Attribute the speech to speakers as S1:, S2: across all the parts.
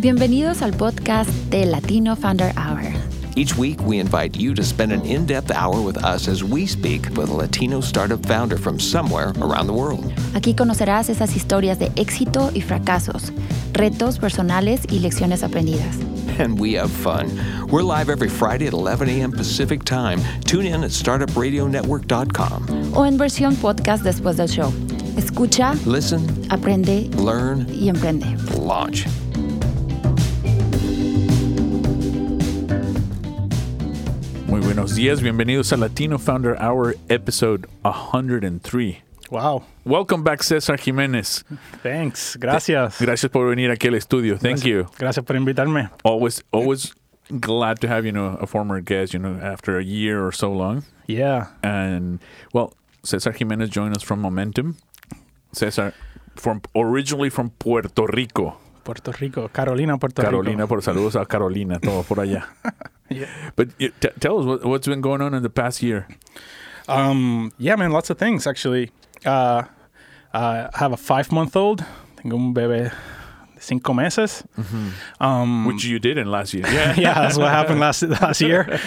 S1: Bienvenidos al podcast de Latino Founder Hour.
S2: Each week, we invite you to spend an in depth hour with us as we speak with a Latino startup founder from somewhere around the world.
S1: Aquí conocerás esas historias de éxito y fracasos, retos personales y lecciones aprendidas.
S2: And we have fun. We're live every Friday at 11 a.m. Pacific Time. Tune in at startupradionetwork.com.
S1: O en versión podcast después del show. Escucha,
S2: Listen,
S1: aprende
S2: learn,
S1: y emprende.
S2: launch.
S3: Muy buenos días, bienvenidos a Latino Founder Hour, episode 103.
S4: Wow.
S3: Welcome back, César Jiménez.
S4: Thanks. Gracias.
S3: Gracias por venir aquí al estudio. Thank you.
S4: Gracias por invitarme.
S3: Always, always glad to have you know a former guest. You know, after a year or so long,
S4: Yeah.
S3: and well, César Jiménez joined us from Momentum. César, from originally from Puerto Rico.
S4: Puerto Rico. Carolina, Puerto
S3: Carolina,
S4: Rico.
S3: por saludos a Carolina, todo por allá.
S4: Yeah.
S3: But you- t- tell us what, what's been going on in the past year.
S4: Um, yeah, man, lots of things actually. Uh, I have a five month old. Tengo un bebé de cinco meses. Um,
S3: Which you did in last year. Yeah,
S4: yeah, that's what happened last last year.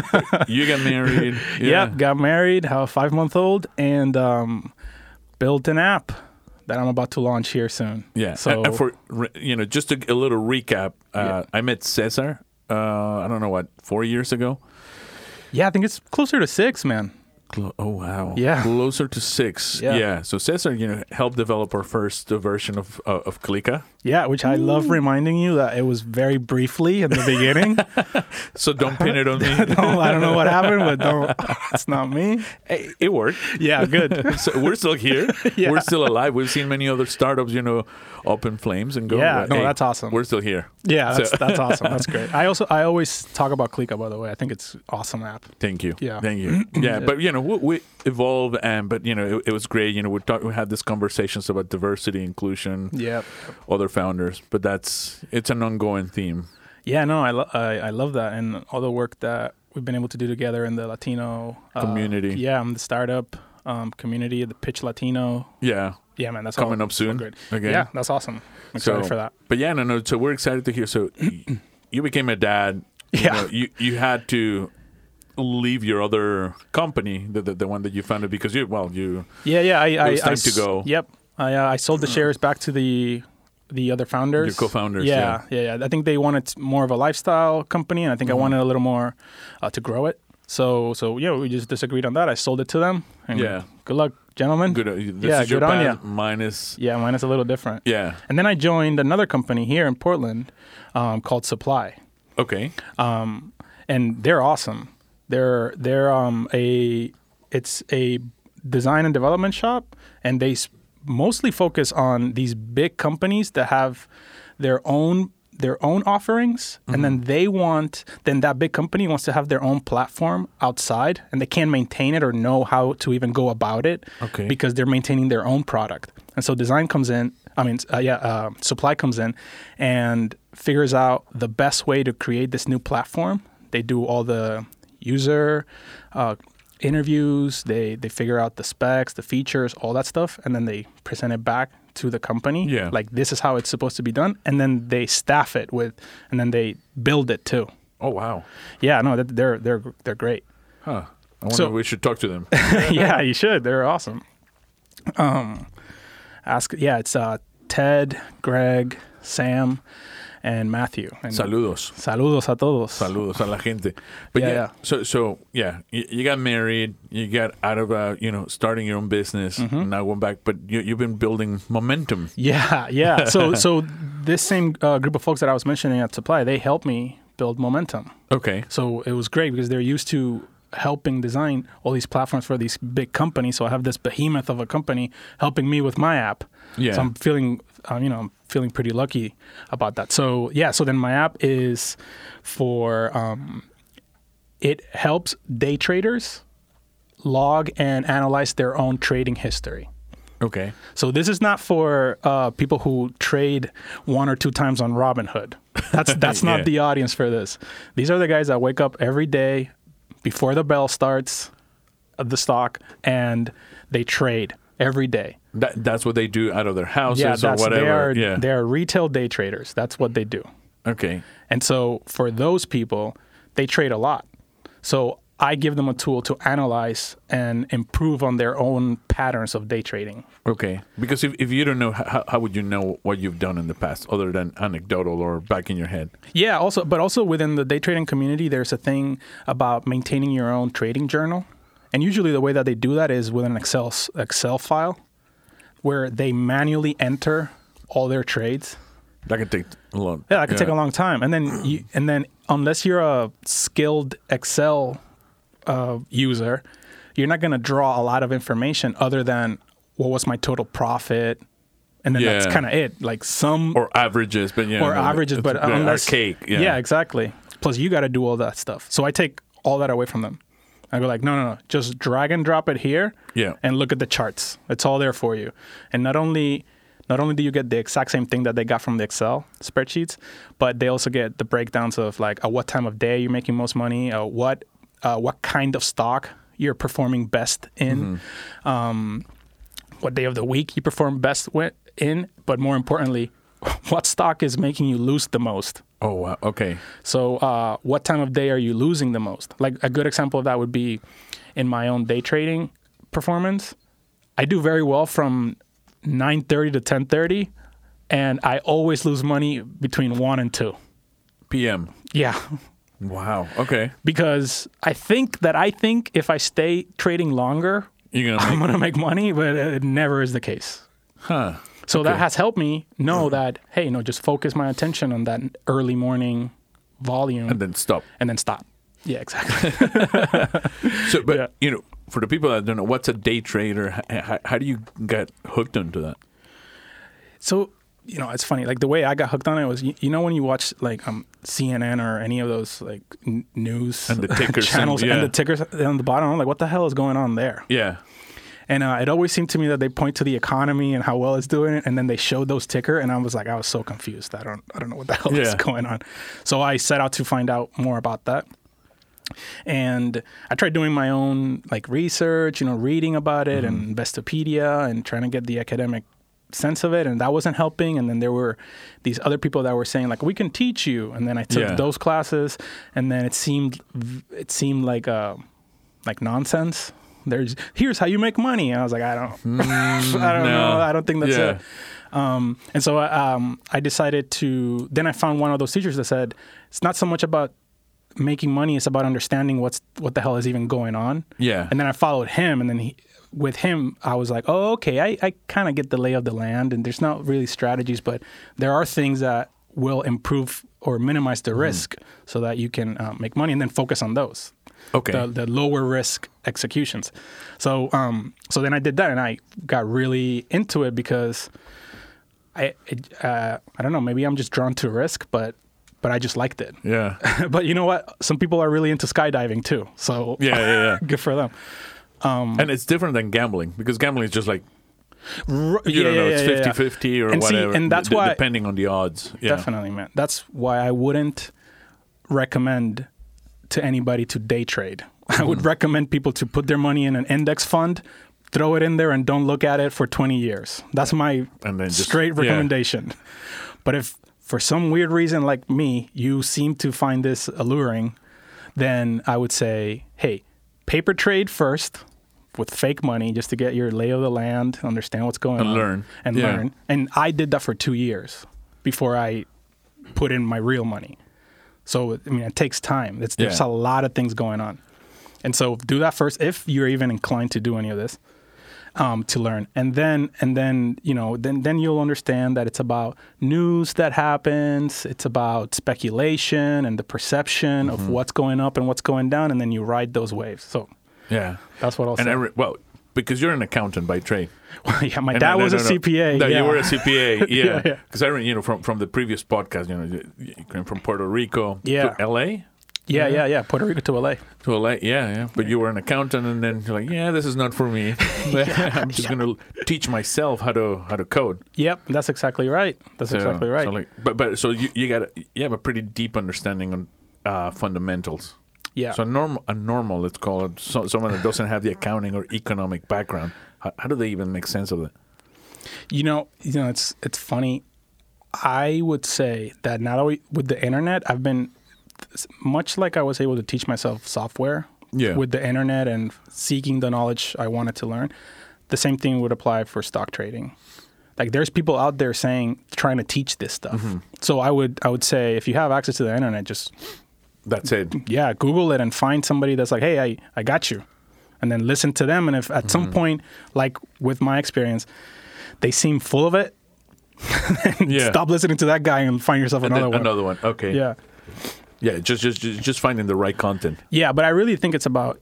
S3: you got married.
S4: Yeah. Yep, got married, have a five month old, and um, built an app that I'm about to launch here soon.
S3: Yeah. So
S4: So
S3: and, for re- you know, just a, a little recap. Uh, I met Cesar. Uh, I don't know what four years ago.
S4: yeah, I think it's closer to six, man.
S3: Clo- oh wow.
S4: Yeah.
S3: Closer to six.
S4: Yeah.
S3: So Cesar, you know, helped develop our first uh, version of uh, of Clica.
S4: Yeah, which I love reminding you that it was very briefly in the beginning.
S3: So don't pin it on me.
S4: Oh, I don't know what happened, but don't. It's not me.
S3: Hey, it worked.
S4: Yeah, good.
S3: So we're still here.
S4: Yeah.
S3: We're still alive. We've seen many other startups, you know, up in flames and go.
S4: Yeah,
S3: but
S4: no, that's awesome.
S3: We're still here.
S4: Yeah, that's,
S3: So-
S4: that's awesome. That's great. I also I always talk about Clica, by the way. I think it's awesome app.
S3: Thank you.
S4: Yeah.
S3: Thank you. Yeah. But you know, we, we evolve, and but you know, it, it was great. You know, we talk, we had these conversations about diversity, inclusion,
S4: Yeah.
S3: other founders. But that's it's an ongoing theme.
S4: Yeah. No, I lo- I, I love that and all the work that we've been able to do together in the Latino uh,
S3: Community.
S4: Yeah, I'm the startup um, community, the Pitch Latino.
S3: Yeah.
S4: Yeah, man, that's
S3: Coming
S4: all,
S3: up soon
S4: all Great.
S3: again.
S4: Yeah, that's awesome. I'm excited
S3: So-
S4: for that.
S3: But yeah, no, no. So we're excited to hear. So y- you became a dad. You
S4: Yeah.
S3: know, you you had to leave your other company, the the, the one that you founded, because you well you
S4: Yeah, yeah. I, I,
S3: was
S4: I
S3: time
S4: s-
S3: to go.
S4: Yep. I, uh, I sold the shares back to the the other founders.
S3: Your co-founders,
S4: Yeah, yeah, yeah. I think they wanted more of a lifestyle company, and I think
S3: Uh-huh.
S4: I wanted a little more uh, to grow it. So, so yeah, we just disagreed on that. I sold it to them. And
S3: Yeah.
S4: Good luck, gentlemen.
S3: good. uh, This
S4: Yeah,
S3: is your
S4: good on
S3: path,
S4: ya.
S3: Minus.
S4: Yeah, mine is a little different.
S3: Yeah.
S4: And then I joined another company here in Portland um, called Supply.
S3: Okay.
S4: um, and they're awesome. They're they're um, a it's a design and development shop, and they s- mostly focus on these big companies that have their own their own offerings, and then they want then that big company wants to have their own platform outside, and they can't maintain it or know how to even go about it
S3: Okay.
S4: because they're maintaining their own product. And so design comes in, I mean, uh, yeah, uh, supply comes in and figures out the best way to create this new platform. They do all the user uh, interviews, they, they figure out the specs, the features, all that stuff, and then they present it back to the company.
S3: Yeah.
S4: Like, this is how it's supposed to be done. And then they staff it with, and then they build it too.
S3: Oh wow.
S4: Yeah, no, that- they're, they're, they're great.
S3: Huh. I wonder
S4: So-
S3: if we should talk to them.
S4: yeah, you should. They're awesome. Um, ask. Yeah, it's uh, Ted, Greg, Sam, and Matthew. And
S3: Saludos.
S4: Saludos a todos.
S3: Saludos a la gente. But yeah,
S4: Yeah, yeah.
S3: so so yeah, you, you got married, you got out of uh, you know starting your own business,
S4: Mm-hmm.
S3: now going back, but you, you've been building momentum.
S4: Yeah, yeah. So, so this same uh, group of folks that I was mentioning at Supply, they helped me build momentum.
S3: Okay.
S4: So it was great because they're used to helping design all these platforms for these big companies. So I have this behemoth of a company helping me with my app.
S3: Yeah.
S4: So I'm feeling, um, you know, I'm feeling pretty lucky about that. So yeah. So then my app is for um, it helps day traders log and analyze their own trading history.
S3: Okay.
S4: So this is not for uh, people who trade one or two times on Robinhood. That's that's not
S3: Yeah.
S4: the audience for this. These are the guys that wake up every uh, day before the bell starts of the stock and they trade. every day.
S3: That, that's what they do out of their houses
S4: Yeah,
S3: or
S4: that's, they
S3: whatever.
S4: are
S3: yeah.
S4: they are retail day traders. That's what they do.
S3: Okay.
S4: And so for those people, they trade a lot. So I give them a tool to analyze and improve on their own patterns of day trading.
S3: Okay. Because if, if you don't know, how, how would you know what you've done in the past other than anecdotal or back in your head?
S4: Yeah, also but also within the day trading community there's a thing about maintaining your own trading journal. And usually the way that they do that is with an Excel s- Excel file where they manually enter all their trades.
S3: That can take a long.
S4: Yeah, that could take a long time. And then you, and then unless you're a skilled Excel uh, user, you're not going to draw a lot of information other than what was my total profit, and then that's
S3: Yeah.
S4: kind of it. Like some or,
S3: Or averages, but yeah. no,
S4: averages,
S3: it's
S4: but
S3: very
S4: unless
S3: archaic. Yeah.
S4: exactly. Plus, you got to do all that stuff. So I take all that away from them. I go like, no, no, no, just drag and drop it here,
S3: Yeah.
S4: and look at the charts. It's all there for you. And not only not only do you get the exact same thing that they got from the Excel spreadsheets, but they also get the breakdowns of like at what time of day you're making most money, uh, what uh, what kind of stock you're performing best in, um, what day of the week you perform best wi- in, but more importantly, what stock is making you lose the most.
S3: Oh, wow. Okay.
S4: So, uh, what time of day are you losing the most? Like a good example of that would be in my own day trading performance. I do very well from 9:30 to 10:30, and I always lose money between one and two.
S3: PM.
S4: Yeah,
S3: Wow. Okay.
S4: because I think that I think if I stay trading longer,
S3: You're going to
S4: I'm
S3: make.
S4: gonna make money, but it never is the case.
S3: Huh.
S4: So that has helped me know that hey, no, just focus my attention on that early morning volume
S3: And then stop.
S4: and then stop. Yeah, exactly.
S3: So, but,
S4: Yeah.
S3: you know, for the people that don't know, what's a day trader? How, how, how do you get hooked into that?
S4: So you know, it's funny. Like the way I got hooked on it was, you, you know, when you watch like um, CNN or any of those like n- news
S3: And the tickers and-
S4: channels
S3: yeah.
S4: and the tickers on the bottom, I'm like, what the hell is going on there?
S3: Yeah.
S4: And uh, it always seemed to me that they point to the economy and how well it's doing, and then they showed those ticker, and I was like, I was so confused. I don't, I don't know what the hell is
S3: Yeah.
S4: going on. So I set out to find out more about that, and I tried doing my own like research, you know, reading about it
S3: Mm-hmm.
S4: and Investopedia, and trying to get the academic sense of it, and that wasn't helping. And then there were these other people that were saying like, we can teach you, and then I took
S3: Yeah.
S4: those classes, and then it seemed, v- it seemed like. Uh, like nonsense. There's here's how you make money, and I was like, I don't, I don't
S3: Mm, no.
S4: know, I don't think that's
S3: Yeah.
S4: it. Um, and so I, um, I decided to. Then I found one of those teachers that said it's not so much about making money; it's about understanding what's what the hell is even going on.
S3: Yeah.
S4: And then I followed him, and then he, with him, I was like, oh, okay, I, I kind of get the lay of the land, and there's not really strategies, but there are things that will improve or minimize
S3: Mm-hmm.
S4: the risk so that you can uh, make money, and then focus on those
S3: Okay.
S4: the, the lower risk executions. So um, so then I did that, and I got really into it because I it, uh, I don't know, maybe I'm just drawn to risk, but but I just liked it.
S3: yeah. Yeah.
S4: but you know what? Some people are really into skydiving too, so
S3: Yeah. Yeah.
S4: good for them. Mm.
S3: and it's different than gambling because gambling is just like
S4: You
S3: you don't know it's 50-50 or
S4: And see,
S3: whatever
S4: and that's
S3: d-
S4: why-
S3: depending on the odds yeah.
S4: Definitely, man. That's why I wouldn't recommend to anybody to day trade. I
S3: Mm-hmm.
S4: would recommend people to put their money in an index fund, throw it in there, and don't look at it for 20 years. That's my
S3: And then just-
S4: straight
S3: yeah.
S4: recommendation. But if for some weird reason, like me, you seem to find this alluring, then I would say, hey, paper trade first with fake money just to get your lay of the land, understand what's going
S3: And
S4: on,
S3: learn.
S4: and
S3: Yeah.
S4: learn. And I did that for two years before I put in my real money. So I mean, it takes time. It's, There's
S3: Yeah.
S4: a lot of things going on, and so do that first if you're even inclined to do any of this um, to learn, and then and then you know then then you'll understand that it's about news that happens, it's about speculation and the perception of
S3: Mm-hmm.
S4: what's going up and what's going down, and then you ride those waves. So
S3: yeah
S4: that's what I'll
S3: and I
S4: say.
S3: re- well because you're an accountant by trade
S4: yeah, my
S3: And
S4: dad
S3: I- no,
S4: was
S3: no,
S4: a
S3: no.
S4: CPA.
S3: No,
S4: yeah.
S3: you were a CPA yeah
S4: yeah.
S3: because I remember you know from, from the previous podcast you know you- you came from Puerto Rico
S4: Yeah.
S3: to LA
S4: yeah, yeah, yeah. Puerto Rico to LA.
S3: to LA eh? yeah yeah but you were an accountant and then you're like yeah this is not for me I'm just gonna teach myself how to how to code
S4: Yep, that's exactly right. That's
S3: So-
S4: exactly right.
S3: so like, but but so you, you got you have a pretty deep understanding on uh, fundamentals
S4: yeah.
S3: So a normal, a normal, let's call it so, someone that doesn't have the accounting or economic background How, how do they even make sense of it?
S4: You know, you know, it's it's funny. I would say that not only with the internet, I've been much like I was able to teach myself software
S3: Yeah.
S4: with the internet and seeking the knowledge I wanted to learn. The same thing would apply for stock trading. Like there's people out there saying trying to teach this stuff. So I would I would say if you have access to the internet, just
S3: That's it.
S4: yeah, Google it and find somebody that's like, hey, I, I got you. And then listen to them. And if at some point, like with my experience, they seem full of it, then
S3: Yeah.
S4: stop listening to that guy and find yourself
S3: And then
S4: another one.
S3: Another one. Okay.
S4: Yeah.
S3: Yeah. Just, just, just just finding the right content.
S4: Yeah, but I really think it's about.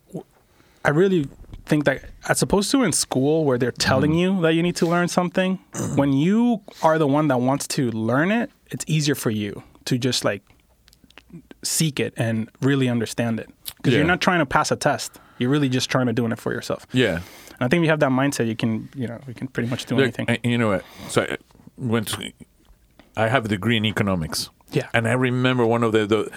S4: I really think that as opposed to in school where they're telling
S3: Mm-hmm.
S4: you that you need to learn something, when you are the one that wants to learn it, it's easier for you to just like seek it and really understand it because
S3: Yeah.
S4: you're not trying to pass a test. You're really just trying to doing it for yourself.
S3: Yeah.
S4: And I think if you have that mindset, you can you know you can pretty much do
S3: Look,
S4: anything.
S3: I- you know what? So I went. To, I have a degree in economics.
S4: Yeah.
S3: And I remember one of the, the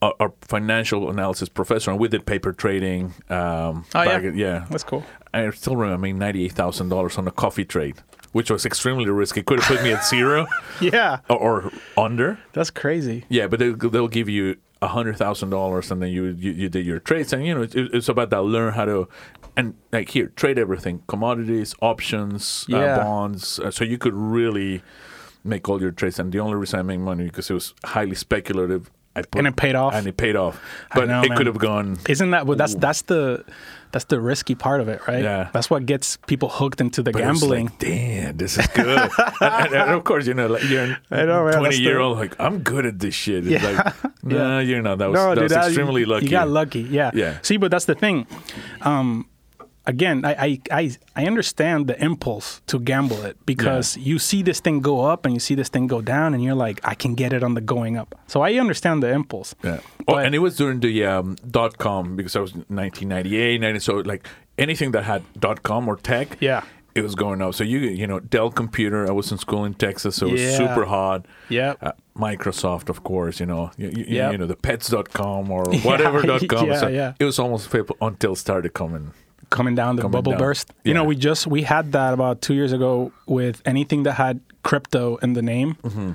S3: our, our financial analysis professor, and we did paper trading. Um,
S4: Oh, yeah.
S3: in- yeah.
S4: That's cool.
S3: I still remember. I mean, ninety-eight thousand dollars on a coffee trade, which was extremely risky. Could have put me at zero
S4: yeah,
S3: or, or under.
S4: that's crazy.
S3: Yeah, but they'll, they'll give you a hundred thousand dollars, and then you, you you did your trades, and you know it, it's about that. Learn how to and like here trade everything: commodities, options,
S4: Yeah.
S3: uh, bonds. Uh, so you could really make all your trades. And the only reason I made money because it was highly speculative. I put,
S4: And it paid off?
S3: And it paid off, but
S4: know,
S3: it
S4: man.
S3: could have gone.
S4: Isn't that what that's that's the that's the risky part of it, right?
S3: Yeah.
S4: That's what gets people hooked into the
S3: but it was
S4: gambling.
S3: like, Damn, this is good. and, and- and of course, you know, like you're
S4: I know, man, that's
S3: twenty year
S4: the-
S3: old. Like I'm good at this shit. It's
S4: Yeah.
S3: like, no, you're not. That was, that was
S4: dude, I-
S3: extremely lucky.
S4: You got lucky, yeah.
S3: Yeah.
S4: See, but that's the thing. Um, again, I, I I I understand the impulse to gamble it because you see this thing go up and you see this thing go down, and you're like, I can get it on the going up. So I understand the impulse.
S3: Yeah. Oh,
S4: But-
S3: and it was during the um, dot com because I was 1998, 90, so like anything that had dot com or tech,
S4: Yeah.
S3: it was going up. So you you know Dell computer. I was in school in Texas, so it was
S4: Yeah.
S3: super hot.
S4: Yep.
S3: Uh, Microsoft, of course, you know, you, you,
S4: Yep.
S3: you know the pets.com or whatever dot com.
S4: yeah,
S3: so
S4: yeah.
S3: It was almost favorable until it started coming.
S4: coming down the
S3: Coming
S4: bubble
S3: down.
S4: burst. You know,
S3: Yeah.
S4: we just we had that about two years ago with anything that had crypto in the name.
S3: Mm-hmm.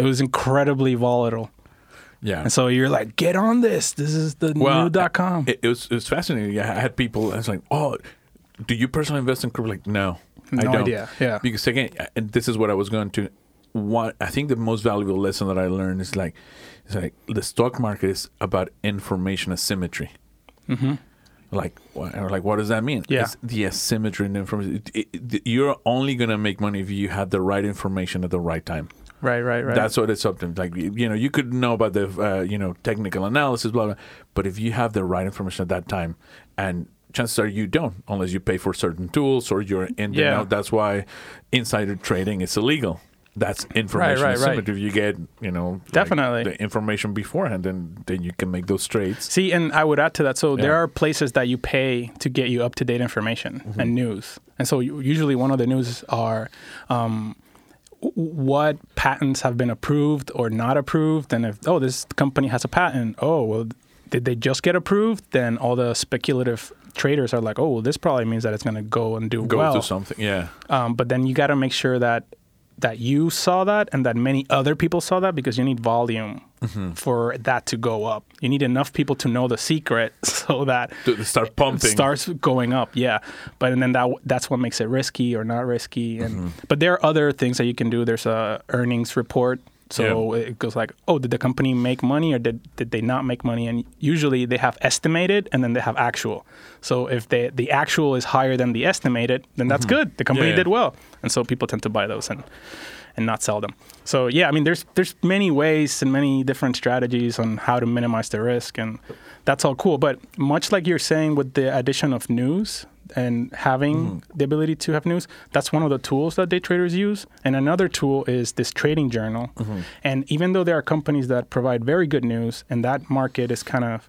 S4: It was incredibly volatile,
S3: Yeah.
S4: and so you're like, get on this. This is the new dot com.
S3: It, it was it was fascinating. Yeah, I had people. I was like, "Oh, do you personally invest in crypto?" Like, no, I
S4: No
S3: don't.
S4: idea, yeah.
S3: Because again, I- and this is what I was going to. What I think the most valuable lesson that I learned is like, it's like the stock market is about information asymmetry. Like, wha- or like, what does that mean?
S4: Mm-hmm. Yeah.
S3: It's the asymmetry in information. It- it- it- you're only gonna make money if you have the right information at the right time.
S4: right, right, right.
S3: That's what it's something like. You you know, you could know about the uh, you know technical analysis, blah blah. But if you have the right information at that time, and chances are you don't, unless you pay for certain tools or you're in the
S4: Yeah.
S3: know. That's why insider trading is illegal. That's information
S4: right, right.
S3: asymmetry. If you get you know like,
S4: Definitely.
S3: the information beforehand, then then you can make those trades.
S4: See, and I would add to that. So there
S3: Yeah. Mm-hmm.
S4: are places that you pay to get you up to date information and news. And so u- usually one of the news are um, w- what patents have been approved or not approved, and if oh this company has a patent, oh well th- did they just get approved? Then all the speculative traders are like, oh well this probably means that it's going to go and do
S3: Go
S4: well.
S3: to something, yeah.
S4: Um, but then you got to make sure that that you saw that and that many other people saw that because you need volume
S3: Mm-hmm.
S4: for that to go up. You need enough people to know the secret so that
S3: To start
S4: it
S3: pumping.
S4: starts going up. Yeah, but and then that that's what makes it risky or not risky. And
S3: Mm-hmm.
S4: but there are other things that you can do. There's a earnings report. So it goes like, oh, did the company make money or did, did they not make money? And usually they have estimated and then they have actual. So if they, the actual is higher than the estimated, then that's
S3: Mm-hmm.
S4: good. The company
S3: Yeah, yeah.
S4: did well, and so people tend to buy those and and not sell them. So yeah, I mean, there's there's many ways and many different strategies on how to minimize the risk, and that's all cool. But much like you're saying with the addition of news and having
S3: Mm-hmm.
S4: the ability to have news, that's one of the tools that day traders use. And another tool is this trading journal.
S3: Mm-hmm.
S4: And even though there are companies that provide very good news, and that market is kind of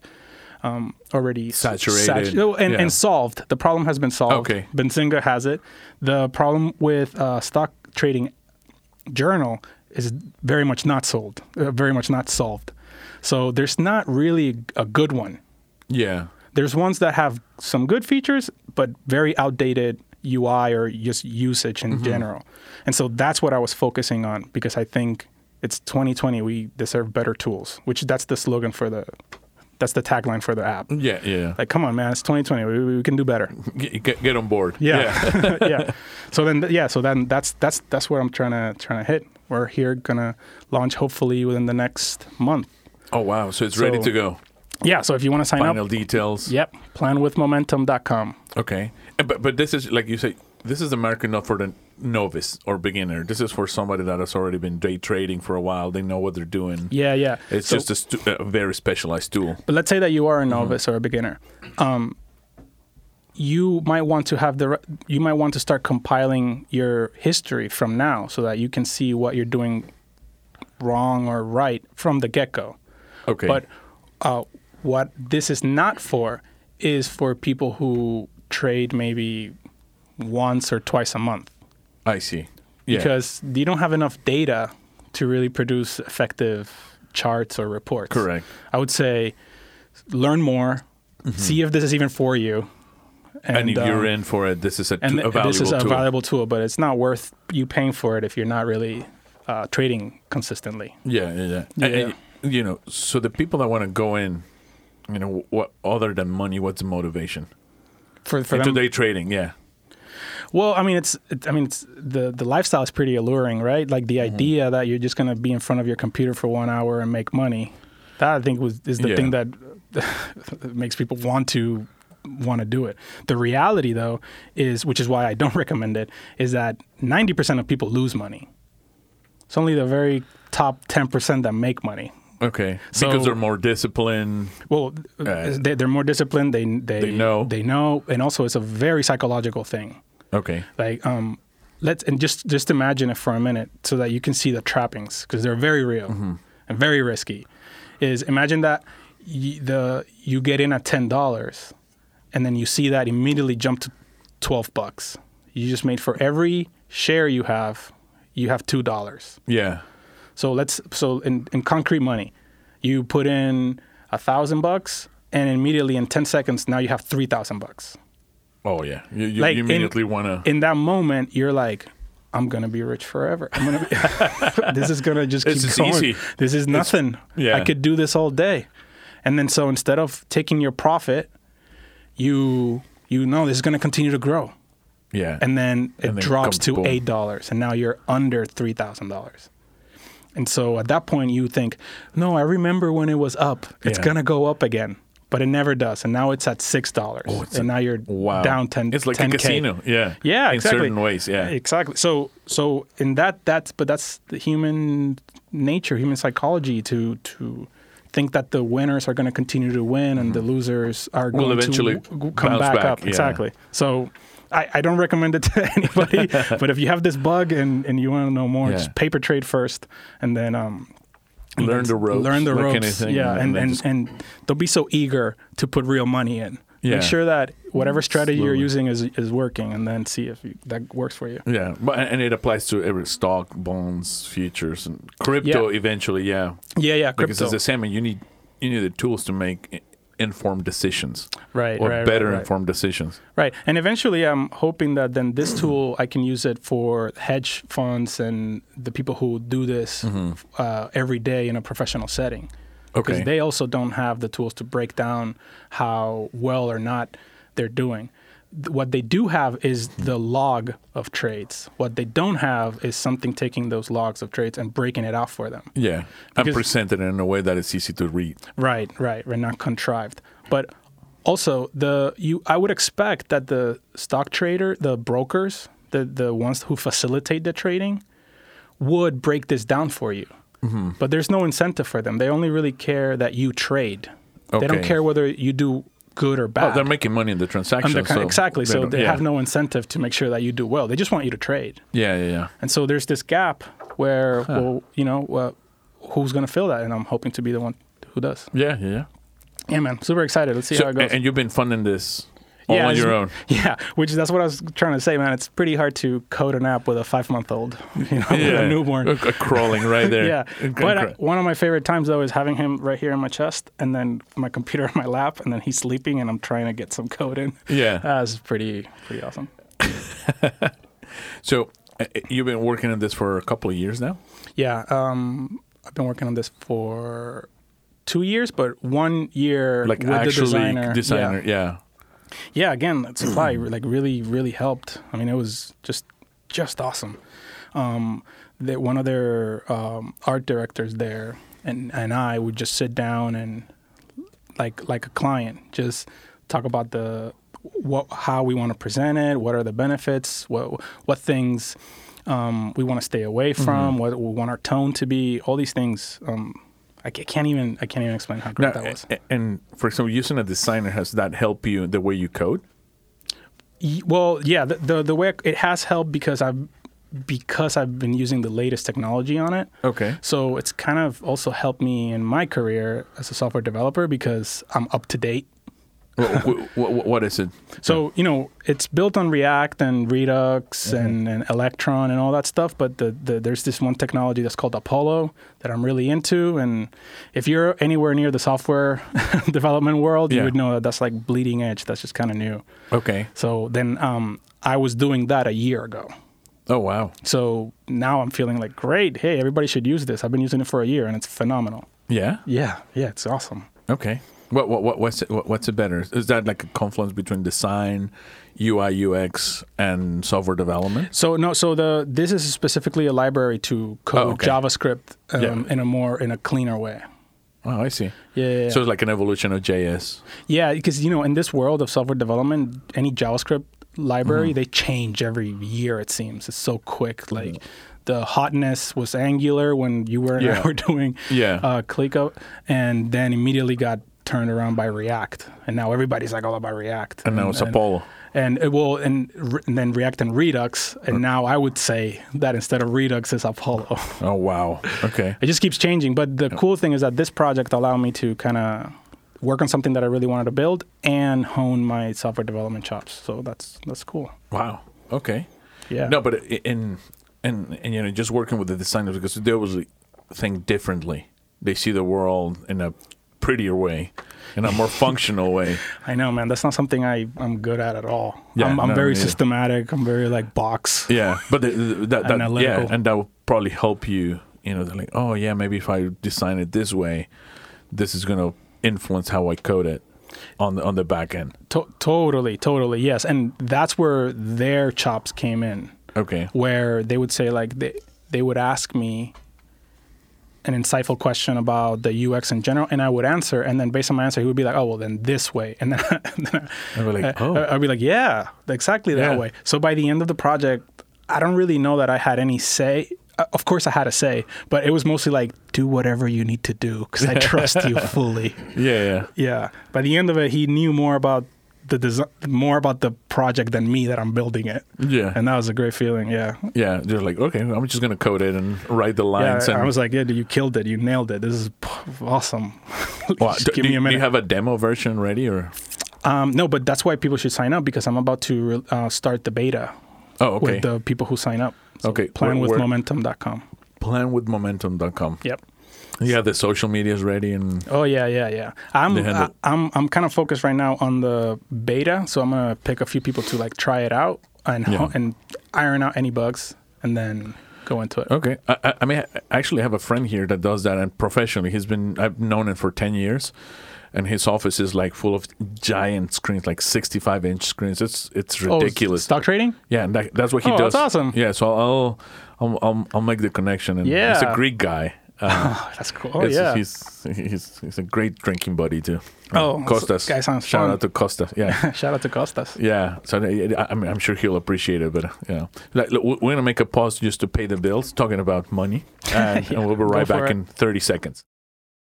S4: um, already s-
S3: Saturated.
S4: oh, and,
S3: Yeah.
S4: and solved. The problem has been solved.
S3: Okay.
S4: Benzinga has it. The problem with uh, stock trading journal is very much not sold, uh, very much not solved. So there's not really a good one.
S3: Yeah.
S4: There's ones that have some good features, but very outdated UI or just usage in general. And so that's what I was focusing on because I think it's 2020. We deserve better tools, which that's the slogan for the that's the tagline for the app.
S3: Yeah, yeah.
S4: Like, come on, man, it's 2020. We, we can do better.
S3: Get, get- get on board.
S4: Yeah, yeah. So then, yeah. So then, that's that's that's where I'm trying to trying to hit. We're here gonna launch hopefully within the next month.
S3: Oh wow! So it's ready to
S4: So-
S3: go.
S4: Yeah. So if you want to sign
S3: Final
S4: up,
S3: details.
S4: yep, planwithmomentum.com.
S3: Okay. And But but this is like you say. This is the market not for the novice or beginner. This is for somebody that has already been day trading for a while. They know what they're doing.
S4: Yeah, yeah.
S3: It's
S4: So-
S3: just a, Mm-hmm. stu- a very specialized tool.
S4: But let's say that you are a novice or a beginner. Um, you might want to have the re- you might want to start compiling your history from now so that you can see what you're doing wrong or right from the get go.
S3: Okay.
S4: But uh, what this is not for is for people who trade maybe once or twice a month
S3: I see. Yeah.
S4: because you don't have enough data to really produce effective charts or reports.
S3: Correct. Mm-hmm.
S4: I would say learn more, see if this is even for you.
S3: and, if
S4: um,
S3: you're in for it, this is a,
S4: and
S3: t- a
S4: th-
S3: valuable
S4: this is a
S3: tool.
S4: valuable tool, but it's not worth you paying for it if you're not really uh, trading consistently.
S3: Yeah, yeah, yeah. And- and, you know, so the people that want to go in, you know, what other than money, what's the motivation
S4: For, for
S3: into
S4: them,
S3: day trading? Yeah,
S4: Well, I mean, it's it, I mean, it's the the lifestyle is pretty alluring, right? Like the
S3: Mm-hmm.
S4: idea that you're just gonna be in front of your computer for one hour and make money. That I think was is the
S3: Yeah.
S4: thing that makes people want to want to do it. The reality, though, is which is why I don't recommend it, is that ninety percent of people lose money. It's only the very top ten percent that make money.
S3: okay.
S4: So-
S3: because they're more disciplined.
S4: Well, they, they're more disciplined. They they
S3: Uh, They know.
S4: they know, and also it's a very psychological thing
S3: Okay,
S4: like um let's and just just imagine it for a minute so that you can see the trappings because they're very real and very risky is imagine that y- the you get in at ten dollars and then you see that immediately jump to 12 bucks you just made for every share you have you have two dollars
S3: yeah,
S4: so let's so in, in concrete money, you put in a thousand bucks, and immediately in ten seconds now you have three thousand bucks.
S3: oh yeah. You, you,
S4: Like,
S3: you
S4: in-
S3: immediately want to.
S4: In that moment, you're like, I'm gonna be rich forever. I'm gonna be, this is gonna just keep
S3: This is
S4: going.
S3: easy.
S4: This is nothing.
S3: yeah.
S4: I could do this all day. And then so instead of taking your profit, you you know this is gonna continue to grow.
S3: Yeah,
S4: and then it
S3: And then
S4: drops
S3: comes
S4: to
S3: boom.
S4: eight dollars, and now you're under three thousand dollars. And so at that point, you think, "No, I remember when it was up. It's
S3: Yeah.
S4: gonna go up again." But it never does, and now it's at six dollars,
S3: Oh, it's
S4: and
S3: a-
S4: now you're
S3: wow,
S4: down ten.
S3: It's like a
S4: 10K.
S3: casino. Yeah,
S4: Yeah,
S3: in
S4: exactly.
S3: certain ways. Yeah,
S4: exactly. So, so in that, that's but that's the human nature, human psychology to to think that the winners are going to continue to win and the losers are
S3: Mm-hmm. Will
S4: going
S3: eventually
S4: to w- come
S3: bounce
S4: back,
S3: back,
S4: up.
S3: yeah.
S4: Exactly. So. I, I don't recommend it to anybody, but if you have this bug and, and you want to know more,
S3: Yeah.
S4: just paper trade first, and then um,
S3: learn the ropes.
S4: Learn the
S3: like
S4: ropes.
S3: anything,
S4: yeah, and
S3: then
S4: and,
S3: just-
S4: and don't be so eager to put real money in.
S3: Yeah.
S4: Make sure that whatever strategy you're
S3: Slowly.
S4: using is is working, and then see if you, that works for you.
S3: yeah, but and it applies to every stock, bonds, futures, and crypto.
S4: Yeah.
S3: Eventually, yeah,
S4: Yeah, yeah,
S3: because
S4: crypto.
S3: it's the same and you need you need the tools to make i- informed decisions
S4: Right,
S3: or
S4: right, right,
S3: better
S4: right.
S3: informed decisions
S4: Right, and eventually, I'm hoping that then this tool I can use it for hedge funds and the people who do this uh, every day in a professional setting.
S3: Okay.
S4: Because they also don't have the tools to break down how well or not they're doing. Th- What they do have is the log of trades. What they don't have is something taking those logs of trades and breaking it out for them.
S3: yeah and
S4: Because-
S3: presented in a way that it's easy to read
S4: Right, right, right. Not contrived, but also the you. I would expect that the stock trader, the brokers, the the ones who facilitate the trading, would break this down for you.
S3: Mm-hmm.
S4: But there's no incentive for them. They only really care that you trade. They don't
S3: Okay.
S4: care whether you do good or
S3: oh,
S4: bad.
S3: they're making money in the transaction
S4: And they're kind-
S3: so
S4: Ah, exactly. so
S3: don't-
S4: they
S3: yeah.
S4: have no incentive to make sure that you do well. They just want you to trade.
S3: yeah yeah yeah
S4: And so there's this gap where, well, you know, uh, who's going to fill that? And I'm hoping to be the one who does.
S3: yeah yeah, yeah.
S4: Yeah, man. Super excited. Let's see
S3: So,
S4: how it goes.
S3: a- and you've been funding this all
S4: yeah,
S3: on
S4: it's-
S3: your own
S4: Yeah, which that's what I was trying to say, man. It's pretty hard to code an app with a five month old, you know, with a newborn.
S3: a- a crawling right there
S4: Yeah,
S3: And
S4: but uh,
S3: cra-
S4: one of my favorite times though is having him right here in my chest, and then my computer in my lap, and then he's sleeping, and I'm trying to get some code in.
S3: Yeah.
S4: that's pretty pretty awesome.
S3: So uh, you've been working on this for a couple of years now.
S4: Yeah, um, I've been working on this for two years, but one year
S3: Like
S4: with
S3: actually,
S4: the designer.
S3: designer,
S4: Yeah.
S3: yeah.
S4: yeah, again, that supply like really, really helped. I mean, it was just just awesome. Um, that one of their um, art directors there and and I would just sit down and like like a client, just talk about the what how we want to present it, what are the benefits, what what things um, we want to stay away from, what we want our tone to be, all these things. Um, I ca- can't even I can't even explain how great
S3: Now,
S4: that was.
S3: a- And for example, using a designer has that help you the way you code?
S4: Y- Well, yeah, the, the the way it has helped because I've because I've been using the latest technology on it.
S3: Okay.
S4: So it's kind of also helped me in my career as a software developer because I'm up to date.
S3: what, what, what is it?
S4: So you know it's built on React and Redux
S3: Mm-hmm.
S4: and, and Electron and all that stuff. But the, the there's this one technology that's called Apollo that I'm really into. And if you're anywhere near the software development world,
S3: Yeah.
S4: you would know that that's like bleeding edge. That's just kind of new.
S3: Okay.
S4: So then um, I was doing that a year ago.
S3: Oh wow.
S4: So now I'm feeling like, great. Hey, everybody should use this. I've been using it for a year and it's phenomenal.
S3: Yeah.
S4: Yeah, yeah, it's awesome.
S3: Okay. What what what what's it, what, what's it better? Is that like a confluence between design, UI UX, and software development?
S4: So no, so the this is specifically a library to code
S3: okay.
S4: JavaScript um,
S3: Yeah.
S4: in a more in a cleaner way.
S3: Oh, I see.
S4: Yeah, yeah, yeah.
S3: So it's like an evolution of JS.
S4: Yeah, because you know, in this world of software development, any JavaScript
S3: Mm-hmm.
S4: library they change every year. It seems it's so quick. Like the hotness was Angular when you were and
S3: Yeah.
S4: I were doing
S3: Yeah.
S4: uh, ClickUp, and then immediately got turned around by React, and now everybody's like all about React.
S3: And now it's Apollo.
S4: And it will, and, re- and then React and Redux, and now I would say that instead of Redux is Apollo.
S3: Oh wow. Okay.
S4: It just keeps changing. But the cool thing is that this project allowed me to kind of work on something that I really wanted to build and hone my software development chops. So that's that's cool.
S3: Wow. Okay.
S4: Yeah.
S3: No, but i- in and and you know just working with the designers because they always think differently. They see the world in a prettier way, in a more functional way.
S4: I know, man. That's not something I I'm good at at all.
S3: Yeah,
S4: I'm, I'm
S3: no,
S4: very
S3: me neither.
S4: systematic. I'm very like box.
S3: Yeah, but the, the, that, that yeah,
S4: Analytical.
S3: and that will probably help you. You know, they're like, oh yeah, maybe if I design it this way, this is gonna influence how I code it on the on the back end.
S4: To- totally, totally. Yes, and that's where their chops came in.
S3: Okay.
S4: where they would say like they they would ask me an insightful question about the UX in general, and I would answer, and then based on my answer, he would be like, "Oh, well, then this way," and then, and then I,
S3: I'd be like,
S4: I-
S3: "Oh."
S4: I'd be like, "Yeah, exactly that
S3: Yeah.
S4: way." So by the end of the project, I don't really know that I had any say. Uh, Of course, I had a say, but it was mostly like, "Do whatever you need to do," because I trust you fully.
S3: Yeah, yeah.
S4: Yeah. By the end of it, he knew more about the design, more about the project than me that I'm building it.
S3: Yeah.
S4: And that was a great feeling. Yeah.
S3: Yeah, they're like, okay, I'm just gonna code it and write the
S4: Yeah,
S3: lines. and
S4: I was like, yeah, dude, you killed it. You nailed it. This is p- awesome.
S3: Wow,
S4: Just
S3: do,
S4: give
S3: do
S4: me
S3: you-
S4: a
S3: do
S4: minute.
S3: you have a demo version ready, or
S4: um, no, but that's why people should sign up because I'm about to re- uh, start the beta
S3: oh, okay,
S4: with the people who sign up.
S3: Okay, where- where-
S4: Planwithmomentum.com.
S3: planwithmomentum.com.
S4: Yep.
S3: Yeah, the social media is ready, and
S4: Oh yeah, yeah, yeah. I'm
S3: They handle-
S4: I, am I'm kind of focused right now on the beta, so I'm gonna pick a few people to like try it out and
S3: Yeah.
S4: ho- and iron out any bugs and then go into it.
S3: okay, I, I, I mean, I actually have a friend here that does that, and professionally, he's been I've known him for ten years, and his office is like full of giant screens, like sixty-five inch screens. It's it's
S4: Oh,
S3: ridiculous.
S4: stock trading?
S3: Yeah, and that, that's what he
S4: Oh,
S3: does.
S4: that's awesome.
S3: Yeah, so I'll I'll I'll, I'll make the connection. And he's a
S4: Yeah.
S3: Greek guy. Uh,
S4: That's cool. Oh
S3: It's-
S4: yeah.
S3: he's, he's he's a great drinking buddy too.
S4: Oh,
S3: Costas,
S4: guy sounds
S3: shout
S4: fun.
S3: out to Costas. Yeah,
S4: Shout out to Costas.
S3: yeah. So I, I- I'm, I'm sure he'll appreciate it. But uh, yeah, like, look, we're gonna make a pause just to pay the bills. Talking about money, and, and we'll be right
S4: go for
S3: back
S4: it.
S3: in 30 seconds.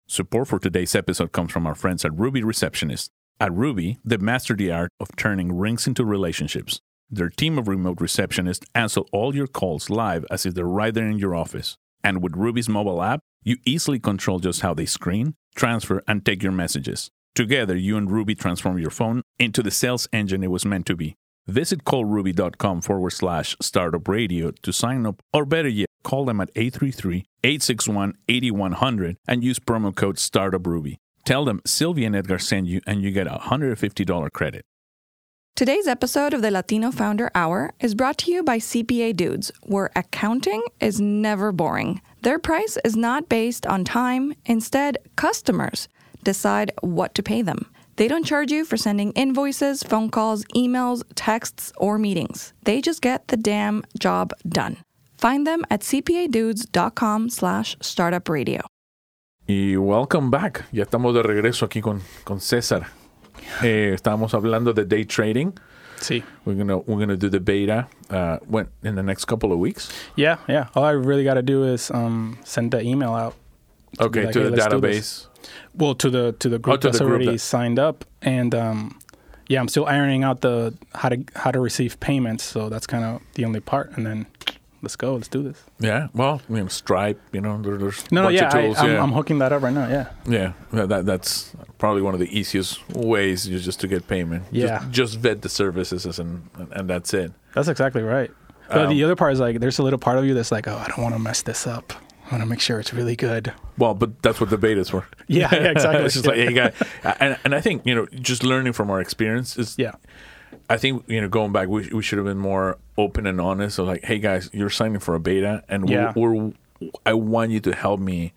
S3: Support for today's episode comes from our friends at Ruby Receptionist. At Ruby, they master the art of turning rings into relationships. Their team of remote receptionists answer all your calls live as if they're right there in your office. And with Ruby's mobile app, you easily control just how they screen, transfer, and take your messages. Together, you and Ruby transform your phone into the sales engine it was meant to be. Visit callruby.com forward slash startup radio to sign up, or better yet, call them at 833 861 8100 and use promo code startup ruby. Tell them Sylvia and Edgar sent you, and you get a $150 credit.
S5: Today's episode of the Latino Founder Hour is brought to you by CPA Dudes, where accounting is never boring. Their price is not based on time, instead, customers decide what to pay them. They don't charge you for sending invoices, phone calls, emails, texts, or meetings. They just get the damn job done. Find them at cpadudes.com slash startupradio.
S3: Y welcome back. Ya estamos de regreso aquí con, con César. Eh, estábamos hablando de day trading.
S4: See.
S3: We're gonna we're gonna do the beta uh, when in the next couple of weeks.
S4: Yeah, yeah. All I really got to do is um, send that email out. be
S3: Okay,
S4: like,
S3: to
S4: "Hey,
S3: the
S4: let's do this."
S3: database.
S4: Well, to the to the group
S3: Oh, to
S4: that's
S3: the group
S4: already
S3: that-
S4: signed up, and um, yeah, I'm still ironing out the how to how to receive payments. So that's kind of the only part, and then let's go, let's do this.
S3: Yeah. Well, you know, Stripe. You know, there, there's
S4: No, no,
S3: bunch
S4: yeah,
S3: of
S4: I,
S3: tools.
S4: I'm,
S3: yeah,
S4: I'm hooking that up right now. Yeah,
S3: yeah. That, that- that's probably one of the easiest ways is just to get payment.
S4: Yeah.
S3: Just, just vet the services and and, and that's it.
S4: that's exactly right. But
S3: Um,
S4: the other part is like, there's a little part of you that's like, oh, I don't want to mess this up. I want to make sure it's really good.
S3: Well, but that's what the betas were.
S4: Yeah, yeah, exactly.
S3: it's just like you got, and and I think you know, just learning from our experience is
S4: yeah,
S3: I think you know, going back, we, we should have been more open and honest. So like, hey guys, you're signing for a beta, and we-
S4: Yeah.
S3: we're, I want you to help me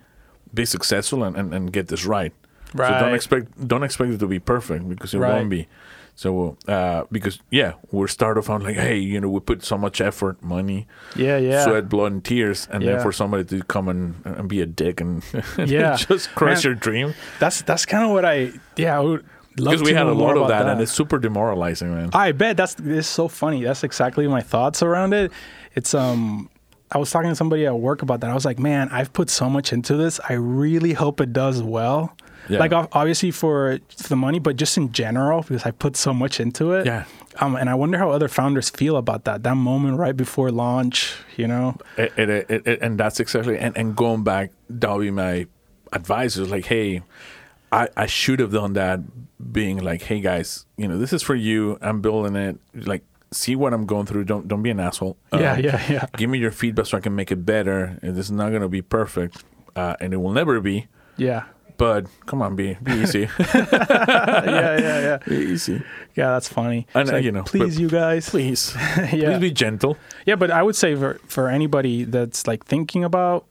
S3: be successful and, and, and get this right. So don't
S4: Right.
S3: expect don't expect it to be perfect because it
S4: Right.
S3: won't be. So uh, because yeah, we're start off on like, hey, you know, we put so much effort, money,
S4: yeah, yeah.
S3: sweat, blood, and tears, and then
S4: Yeah.
S3: for somebody to come and, and be a dick and
S4: Yeah.
S3: just crush
S4: Man.
S3: your dream.
S4: that's that's kind of what I yeah. I would love
S3: Because we
S4: to
S3: had
S4: know
S3: a
S4: more
S3: lot of
S4: about
S3: that, and it's super demoralizing, man.
S4: I bet that's it's so funny. That's exactly my thoughts around it. It's um I was talking to somebody at work about that. I was like, "Man, I've put so much into this. I really hope it does well."
S3: Yeah.
S4: Like ob- obviously for the money, but just in general because I put so much into it.
S3: Yeah.
S4: Um, and I wonder how other founders feel about that. That moment right before launch, you know.
S3: it, it, it, it- and that's exactly and, and going back that would be my advice is like hey I, I should have done that being like hey guys you know this is for you i'm building it like see what i'm going through don't don't be an asshole
S4: Yeah,
S3: Um,
S4: yeah, yeah.
S3: give me your feedback so i can make it better and it's not going to be perfect uh, and it will never be
S4: Yeah.
S3: but come on be, be easy
S4: yeah, yeah, yeah.
S3: be easy
S4: Yeah, that's funny.
S3: And,
S4: It's
S3: uh, you know, but-
S4: please you guys.
S3: please
S4: Yeah.
S3: please be gentle
S4: Yeah, but I would say for, for anybody that's like thinking about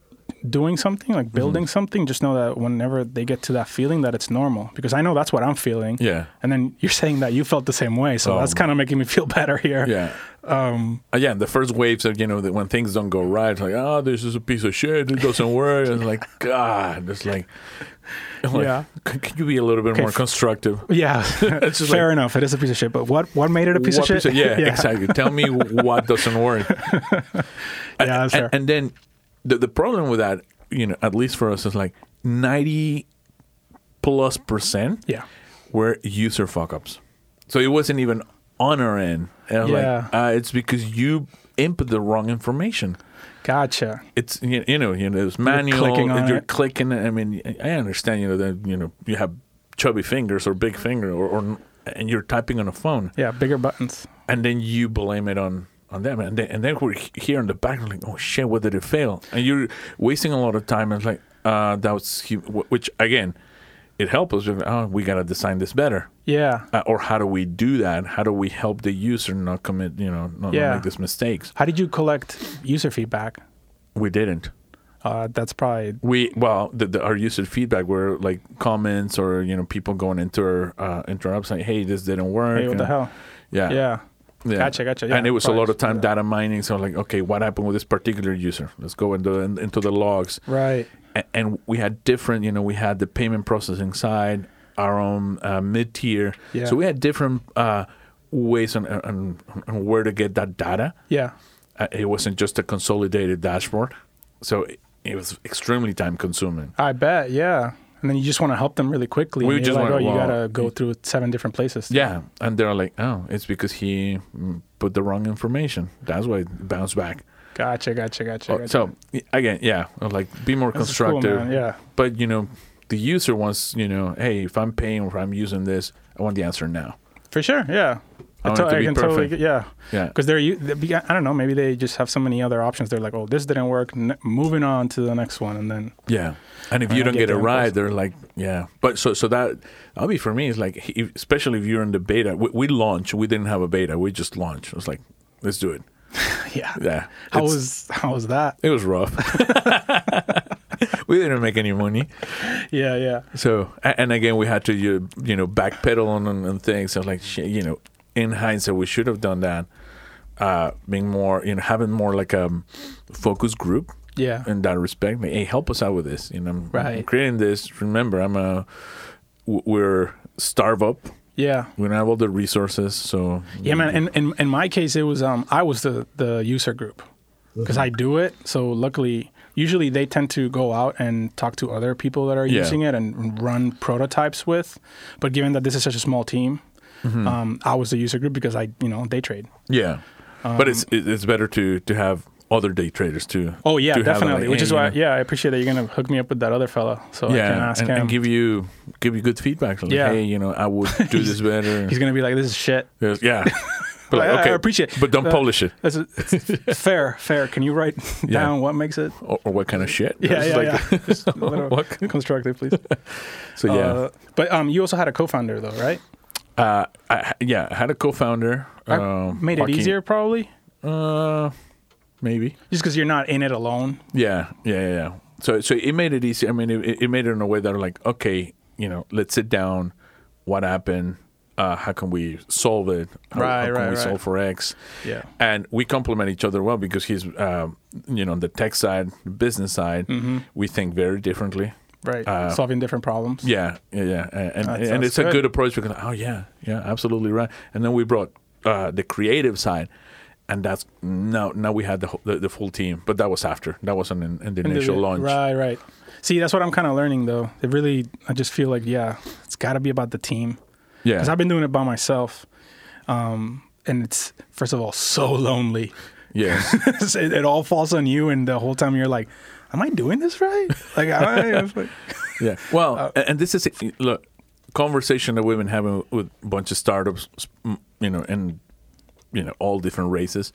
S4: doing something,
S3: Mm-hmm.
S4: like building something, just know that whenever they get to that feeling, that it's normal. Because I know that's what I'm feeling.
S3: Yeah.
S4: And then you're saying that you felt the same way, so
S3: Oh,
S4: that's kind of making me feel better here.
S3: Yeah. Um, yeah, the first waves of, you know, that when things don't go right, it's like, oh, this is a piece of shit. It doesn't work. And like, God, it's like, I'm like,
S4: Yeah.
S3: "C- Can you be a little bit more
S4: f-
S3: constructive?
S4: Yeah.
S3: just
S4: Fair
S3: like-
S4: enough. It is a piece of shit, but what what made it a piece
S3: What
S4: of shit?
S3: yeah, exactly. Tell me what doesn't work. And,
S4: Yeah, that's
S3: and,
S4: fair.
S3: and then the, the problem with that, you know, at least for us, is like 90 plus percent
S4: Yeah.
S3: were user fuck ups. So it wasn't even on our end. And I'm
S4: Yeah.
S3: like, uh, it's because you input the wrong information.
S4: Gotcha.
S3: it's you you know you know it's manual. You're
S4: clicking
S3: clicking.
S4: on
S3: you're
S4: it.
S3: clicking I mean, I understand you know that you know you have chubby fingers or big finger or, or and you're typing on a phone,
S4: Yeah, bigger buttons.
S3: and then you blame it on on them, and then and then we're he- here in the background like, oh shit, what did it fail? And you're wasting a lot of time. And it's like uh, that was hu- wh- which again, it helped us. with, Oh, we gotta design this better.
S4: Yeah.
S3: Uh, or how do we do that? How do we help the user not commit, you know, not,
S4: Yeah.
S3: not make these mistakes?
S4: How did you collect user feedback?
S3: We didn't.
S4: Uh, that's probably
S3: we well the, the, our usage feedback were like comments or you know people going into our uh, into our website hey this didn't work
S4: Hey, what the
S3: and-
S4: hell?
S3: yeah
S4: Yeah. Gotcha, gotcha. Yeah,
S3: and it was a
S4: probably
S3: lot of
S4: should do
S3: time
S4: that.
S3: data mining so like okay what happened with this particular user let's go into in, into the logs
S4: Right.
S3: and, and we had different you know we had the payment processing side our own uh, mid tier
S4: Yeah.
S3: so we had different uh, ways on, on, on where to get that data
S4: Yeah.
S3: uh, it wasn't just a consolidated dashboard so it, it was extremely time consuming
S4: I bet, yeah. And then you just want to help them really quickly.
S3: We
S4: and you're
S3: just
S4: like,
S3: wanna-
S4: oh, you
S3: well,
S4: gotta go through seven different places.
S3: Yeah, and they're like, oh, it's because he mm, put the wrong information. That's why it bounced back.
S4: Gotcha, gotcha, gotcha.
S3: Oh,
S4: gotcha.
S3: So y- again, yeah, like be more
S4: This is cool,
S3: constructive.
S4: man, yeah.
S3: But you know, the user wants, you know, hey, if I'm paying or if I'm using this, I want the answer now.
S4: for sure, yeah.
S3: I want it to be
S4: can
S3: perfect.
S4: totally, yeah,
S3: Yeah.
S4: because they're, u- they be- I don't know, maybe they just have so many other options. They're like, oh, this didn't work, n- moving on to the next one, and then
S3: Yeah, and if
S4: I
S3: you
S4: don't
S3: don't
S4: get
S3: get it
S4: that
S3: right,
S4: impressed.
S3: they're like, yeah. But so so that I'll be for me is like, if, especially if you're in the beta. We, we launched. We didn't have a beta. We just launched. I was like, let's do it.
S4: yeah,
S3: Yeah.
S4: How
S3: It's-
S4: was how was that?
S3: It was rough. we didn't make any money.
S4: Yeah, yeah.
S3: So a- and again, we had to you, you know backpedal on on, on things. So like shit, you know, in hindsight, we should have done that. Uh, being more, you know, having more like a um, focus group.
S4: Yeah.
S3: In that respect, like, hey, help us out with this. You know, I'm
S4: Right.
S3: creating this. Remember, I'm a w- we're starve up.
S4: Yeah.
S3: We don't have all the resources, so
S4: Yeah, man. And in, in my case, it was um, I was the the user group because I do it. So luckily, usually they tend to go out and talk to other people that are
S3: Yeah.
S4: using it and run prototypes with. But given that this is such a small team,
S3: Mm-hmm.
S4: um, I was the user group because I, you know, day trade.
S3: yeah.
S4: Um,
S3: but it's it- it's better to to have other day traders too.
S4: Oh yeah,
S3: to have,
S4: definitely.
S3: like,
S4: Which
S3: hey,
S4: is
S3: you
S4: why,
S3: know,
S4: yeah, I appreciate that you're gonna hook me up with that other fella so I can ask
S3: and,
S4: him.
S3: and give you give you good feedback. Like,
S4: Yeah.
S3: hey, you know, I would do this better.
S4: He's gonna be like, "This is shit."
S3: Yes, yeah, but
S4: I- I appreciate-
S3: but don't
S4: uh,
S3: publish it
S4: That's it's fair, fair. Can you write down what makes it?
S3: or, or what kind of shit.
S4: Yeah,
S3: It's
S4: yeah,
S3: like-
S4: yeah. Just a little
S3: What?
S4: constructive, please.
S3: So yeah,
S4: Uh, but um, you also had a co-founder though, right?
S3: uh, I, yeah, I had a co-founder.
S4: I
S3: um,
S4: made it
S3: Joaquin.
S4: easier probably,
S3: Uh, maybe.
S4: just because you're not in it alone.
S3: Yeah, yeah, yeah, yeah. So, so it made it easy. I mean, it, it made it in a way that like, okay, you know, let's sit down. What happened? Uh, how can we solve it? How,
S4: Right,
S3: how can
S4: right,
S3: we
S4: right.
S3: solve for X?
S4: Yeah.
S3: and we complement each other well because he's, um, you know, on the tech side, the business side, we think very differently.
S4: Mm-hmm. Right,
S3: Uh,
S4: solving different problems.
S3: Yeah, yeah, yeah, and
S4: That
S3: and,
S4: sounds
S3: it's
S4: good.
S3: a good approach because oh yeah, yeah, absolutely right. And then we brought uh, the creative side, and that's now now we had the, whole- the the full team, but that was after that wasn't in, in the
S4: And the-
S3: initial launch.
S4: Right, right. See, that's what I'm kind of learning though. It really, I just feel like yeah, it's got to be about the team
S3: Yeah,
S4: because I've been doing it by myself, um, and it's first of all so lonely.
S3: yes,
S4: it, it all falls on you, and the whole time you're like, "Am I doing this right?" Like, I, it's like-
S3: yeah. Well, a- and this is look conversation that we've been having with a bunch of startups, mm, you know, and you know all different races,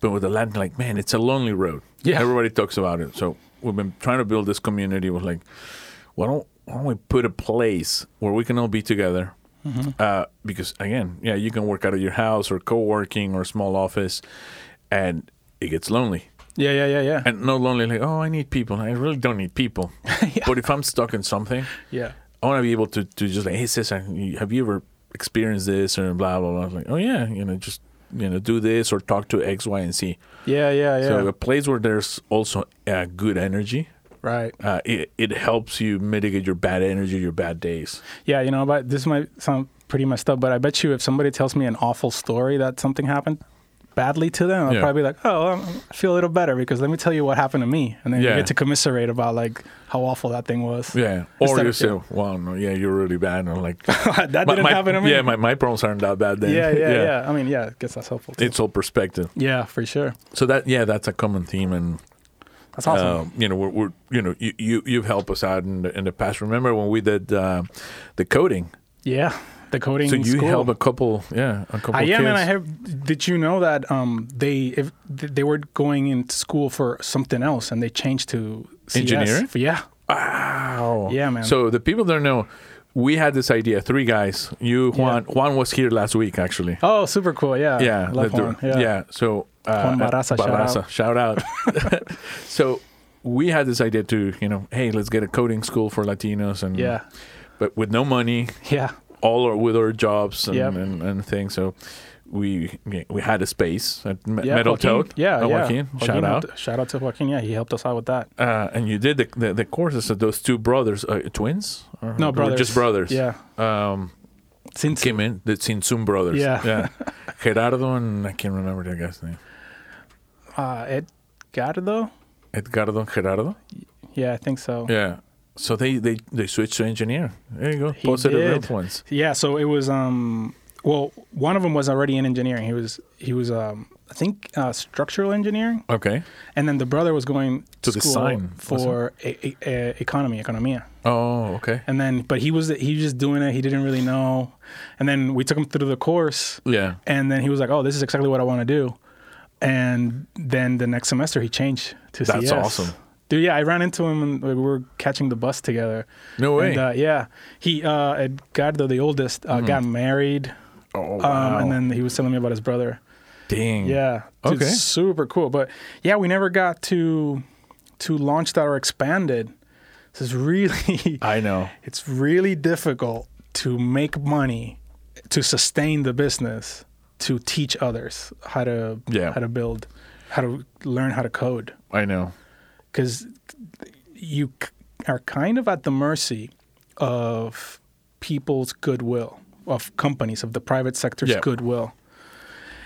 S3: but with the Latin, like man, it's a lonely road.
S4: Yeah.
S3: everybody talks about it. So we've been trying to build this community. With like, why don't why don't we put a place where we can all be together? Uh, because again, yeah, you can work out of your house or co-working or small office, and it gets lonely
S4: yeah, yeah, yeah, yeah,
S3: and not lonely like oh i need people i really don't need people but if i'm stuck in something
S4: yeah.
S3: i want to be able to, to just like hey cesar you- have you ever experienced this or blah blah blah like oh yeah you know just you know do this or talk to x y and z
S4: Yeah, yeah, yeah.
S3: so a place where there's also uh, good energy
S4: right.
S3: uh, it, it helps you mitigate your bad energy your bad days
S4: Yeah, you know, but this might sound pretty messed up, but I bet you if somebody tells me an awful story that something happened badly to them, I'll
S3: Yeah.
S4: probably be like, "Oh, um, I feel a little better because let me tell you what happened to me," and then you
S3: Yeah.
S4: get to commiserate about like how awful that thing was.
S3: yeah or
S4: Instead
S3: you
S4: of-
S3: say well no yeah you're really bad and like
S4: that
S3: my-
S4: didn't
S3: my-
S4: happen to me.
S3: yeah my, my problems aren't that bad then
S4: yeah, yeah, yeah, I mean, yeah, I guess that's helpful. Too.
S3: it's all perspective
S4: yeah, for sure.
S3: so that yeah that's a common theme and
S4: That's awesome.
S3: Um, you know, we're, we're you know, you, you you've helped us out in the, in the past. Remember when we did uh, the coding?
S4: yeah, the coding.
S3: So you
S4: school. Uh,
S3: helped a couple, yeah, a couple.
S4: I
S3: kids.
S4: am, and I have. Did you know that um, they if th- they were going into school for something else, and they changed to CS?
S3: Engineering?
S4: Yeah,
S3: Wow.
S4: Yeah, man.
S3: So the people don't know, we had this idea. Three guys. You, Juan. Juan was here last week, actually.
S4: Oh, super cool. Yeah.
S3: yeah,
S4: Love
S3: the-
S4: Juan.
S3: yeah. So uh,
S4: Juan Barraza, shout out.
S3: shout out. so we had this idea to you know, hey, let's get a coding school for Latinos, and
S4: Yeah.
S3: but with no money,
S4: Yeah.
S3: all our, with our jobs and,
S4: Yep.
S3: and, and things. So we we had a space at Me-
S4: Yeah,
S3: Metal
S4: Joaquin.
S3: Toad.
S4: Yeah.
S3: Uh,
S4: yeah.
S3: Joaquin, shout out.
S4: helped- Shout out to Joaquin. Yeah. He helped us out with that.
S3: Uh, and you did the, the, the courses of those two brothers, uh, twins? Or,
S4: No,
S3: or
S4: brothers.
S3: Just brothers.
S4: Yeah.
S3: Um,
S4: Since
S3: came in, the Sinsun brothers.
S4: Yeah.
S3: yeah. Gerardo and I can't remember the guy's name.
S4: uh, Ed got it though.
S3: Edgardo and Gerardo?
S4: Yeah, I think so.
S3: Yeah. So they, they, they switched to engineer. There you go.
S4: He
S3: Positive
S4: did.
S3: influence.
S4: Yeah, So it was. Um. Well, one of them was already in engineering. He was. He was. Um. I think uh, structural engineering.
S3: Okay.
S4: And then the brother was going
S3: To
S4: school
S3: design,
S4: for e- e- e- economy, economia.
S3: Oh, okay.
S4: And then, but he was he was just doing it. He didn't really know. And then we took him through the course.
S3: Yeah.
S4: And then he was like, "Oh, this is exactly what I want to do." And then the next semester he changed to
S3: That's
S4: CS.
S3: awesome.
S4: Dude, yeah, I ran into him and we were catching the bus together.
S3: No way. Mm-hmm.
S4: And, uh, yeah, he uh, Edgardo, the oldest, uh, got married,
S3: oh,
S4: um,
S3: wow.
S4: and then he was telling me about his brother.
S3: Dang.
S4: Yeah. Dude,
S3: Okay.
S4: Super cool. But yeah, we never got to to launch that or expand it. This is really
S3: I know.
S4: it's really difficult to make money to sustain the business to teach others how to
S3: Yeah.
S4: how to build how to learn how to code
S3: I know.
S4: because you c- are kind of at the mercy of people's goodwill, of companies, of the private sector's
S3: Yeah.
S4: goodwill.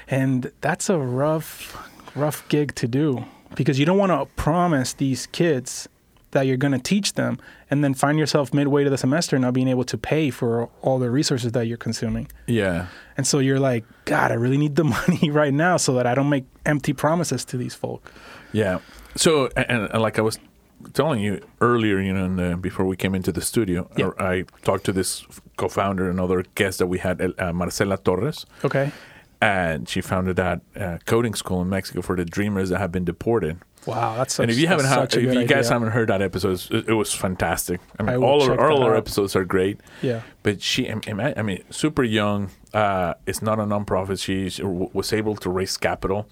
S4: And that's a rough, rough gig to do because you don't want to promise these kids that you're going to teach them and then find yourself midway to the semester not being able to pay for all the resources that you're consuming.
S3: Yeah.
S4: And so you're like, God, I really need the money right now so that I don't make empty promises to these folk.
S3: Yeah. So, a- and, and like I was telling you earlier, you know, and, uh, before we came into the studio,
S4: Yeah.
S3: I, I talked to this co-founder, another guest that we had, El- uh, Marcela Torres,
S4: Okay.
S3: and she founded that uh, coding school in Mexico for the dreamers that have been deported.
S4: Wow, that's such,
S3: and if you haven't,
S4: that's
S3: had,
S4: such
S3: if
S4: a
S3: you
S4: good
S3: guys
S4: idea.
S3: haven't heard that episode, it's- it, it was fantastic. I mean,
S4: I will
S3: all our,
S4: check that
S3: all our
S4: out.
S3: episodes are great.
S4: Yeah.
S3: But she, I mean, I mean, super young. Uh, it's not a nonprofit. She she w- was able to raise capital,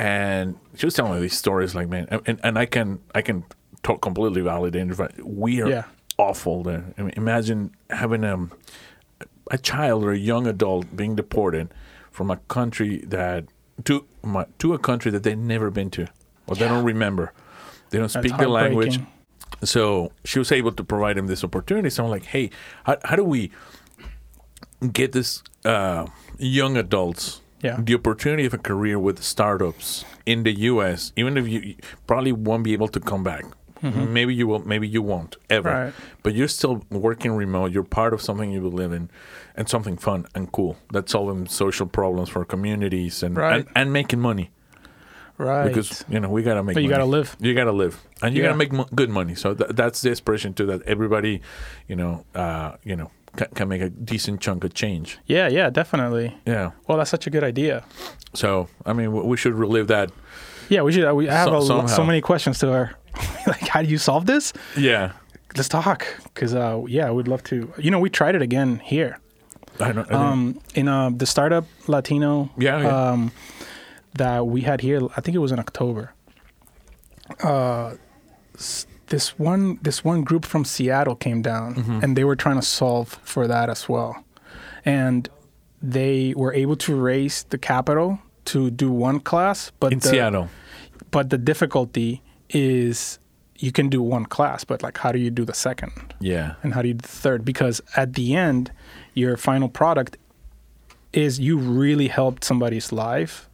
S3: and she was telling me these stories. Like, man, and, and I can I can talk completely validate. it, but We are
S4: Yeah.
S3: awful there. I mean, imagine having um, a child or a young adult being deported from a country that to my, to a country that they've never been to or they don't remember. They don't
S4: That's
S3: speak the language.
S4: heartbreaking.
S3: So she was able to provide him this opportunity. So I'm like, hey, how, how do we get this uh, young adults
S4: Yeah.
S3: the opportunity of a career with startups in the U.S. Even if you you probably won't be able to come back, maybe you will, maybe you won't ever.
S4: Mm-hmm. Right.
S3: But you're still working remote. You're part of something you believe in, and something fun and cool that's solving social problems for communities and
S4: Right.
S3: and, and making money
S4: Right.
S3: because you know we gotta make.
S4: But you
S3: money.
S4: gotta live.
S3: You gotta live, and you
S4: Yeah.
S3: gotta make mo- good money. So th- that's the aspiration to that everybody, you know, uh, you know, ca- can make a decent chunk of change.
S4: yeah, yeah, definitely.
S3: Yeah.
S4: Well, that's such a good idea.
S3: So I mean, w- we should relive that.
S4: Yeah, we should. uh, We I have
S3: So-
S4: a lo- so
S3: somehow.
S4: many questions to her. like, how do you solve this?
S3: Yeah.
S4: Let's talk. Because, uh, yeah, we'd love to. You know, we tried it again here
S3: I don't. I don't-
S4: um, in uh, the startup Latino
S3: yeah. yeah.
S4: um, that we had here. I think it was in October. Uh, s- this one, this one group from Seattle came down,
S3: Mm-hmm.
S4: and they were trying to solve for that as well, and they were able to raise the capital to do one class, but
S3: in
S4: the,
S3: Seattle.
S4: But the difficulty is you can do one class, but like, how do you do the second?
S3: Yeah.
S4: and how do you do the third because at the end your final product is you really helped somebody's life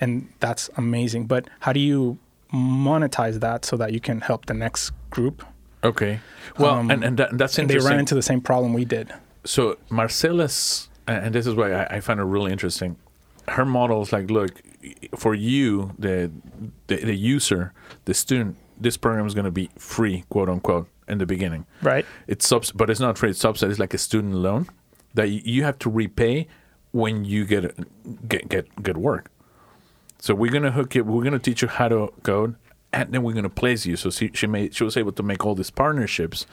S4: and that's amazing but how do you monetize that so that you can help the next group
S3: Okay. Well,
S4: Um,
S3: and, and that, that's
S4: and they
S3: interesting.
S4: ran into the same problem we did
S3: so Marcela's, and and this is why I, I find it really interesting. Her model is like, look, for you, the the, the user, the student, this program is going to be free, quote unquote, in the beginning.
S4: Right.
S3: It's subs, but it's not free. It's subsidized. It's like a student loan that y- you have to repay when you get get get get work. So we're gonna hook you. We're gonna teach you how to code, and then we're gonna place you. So she, she made she was able to make all these partnerships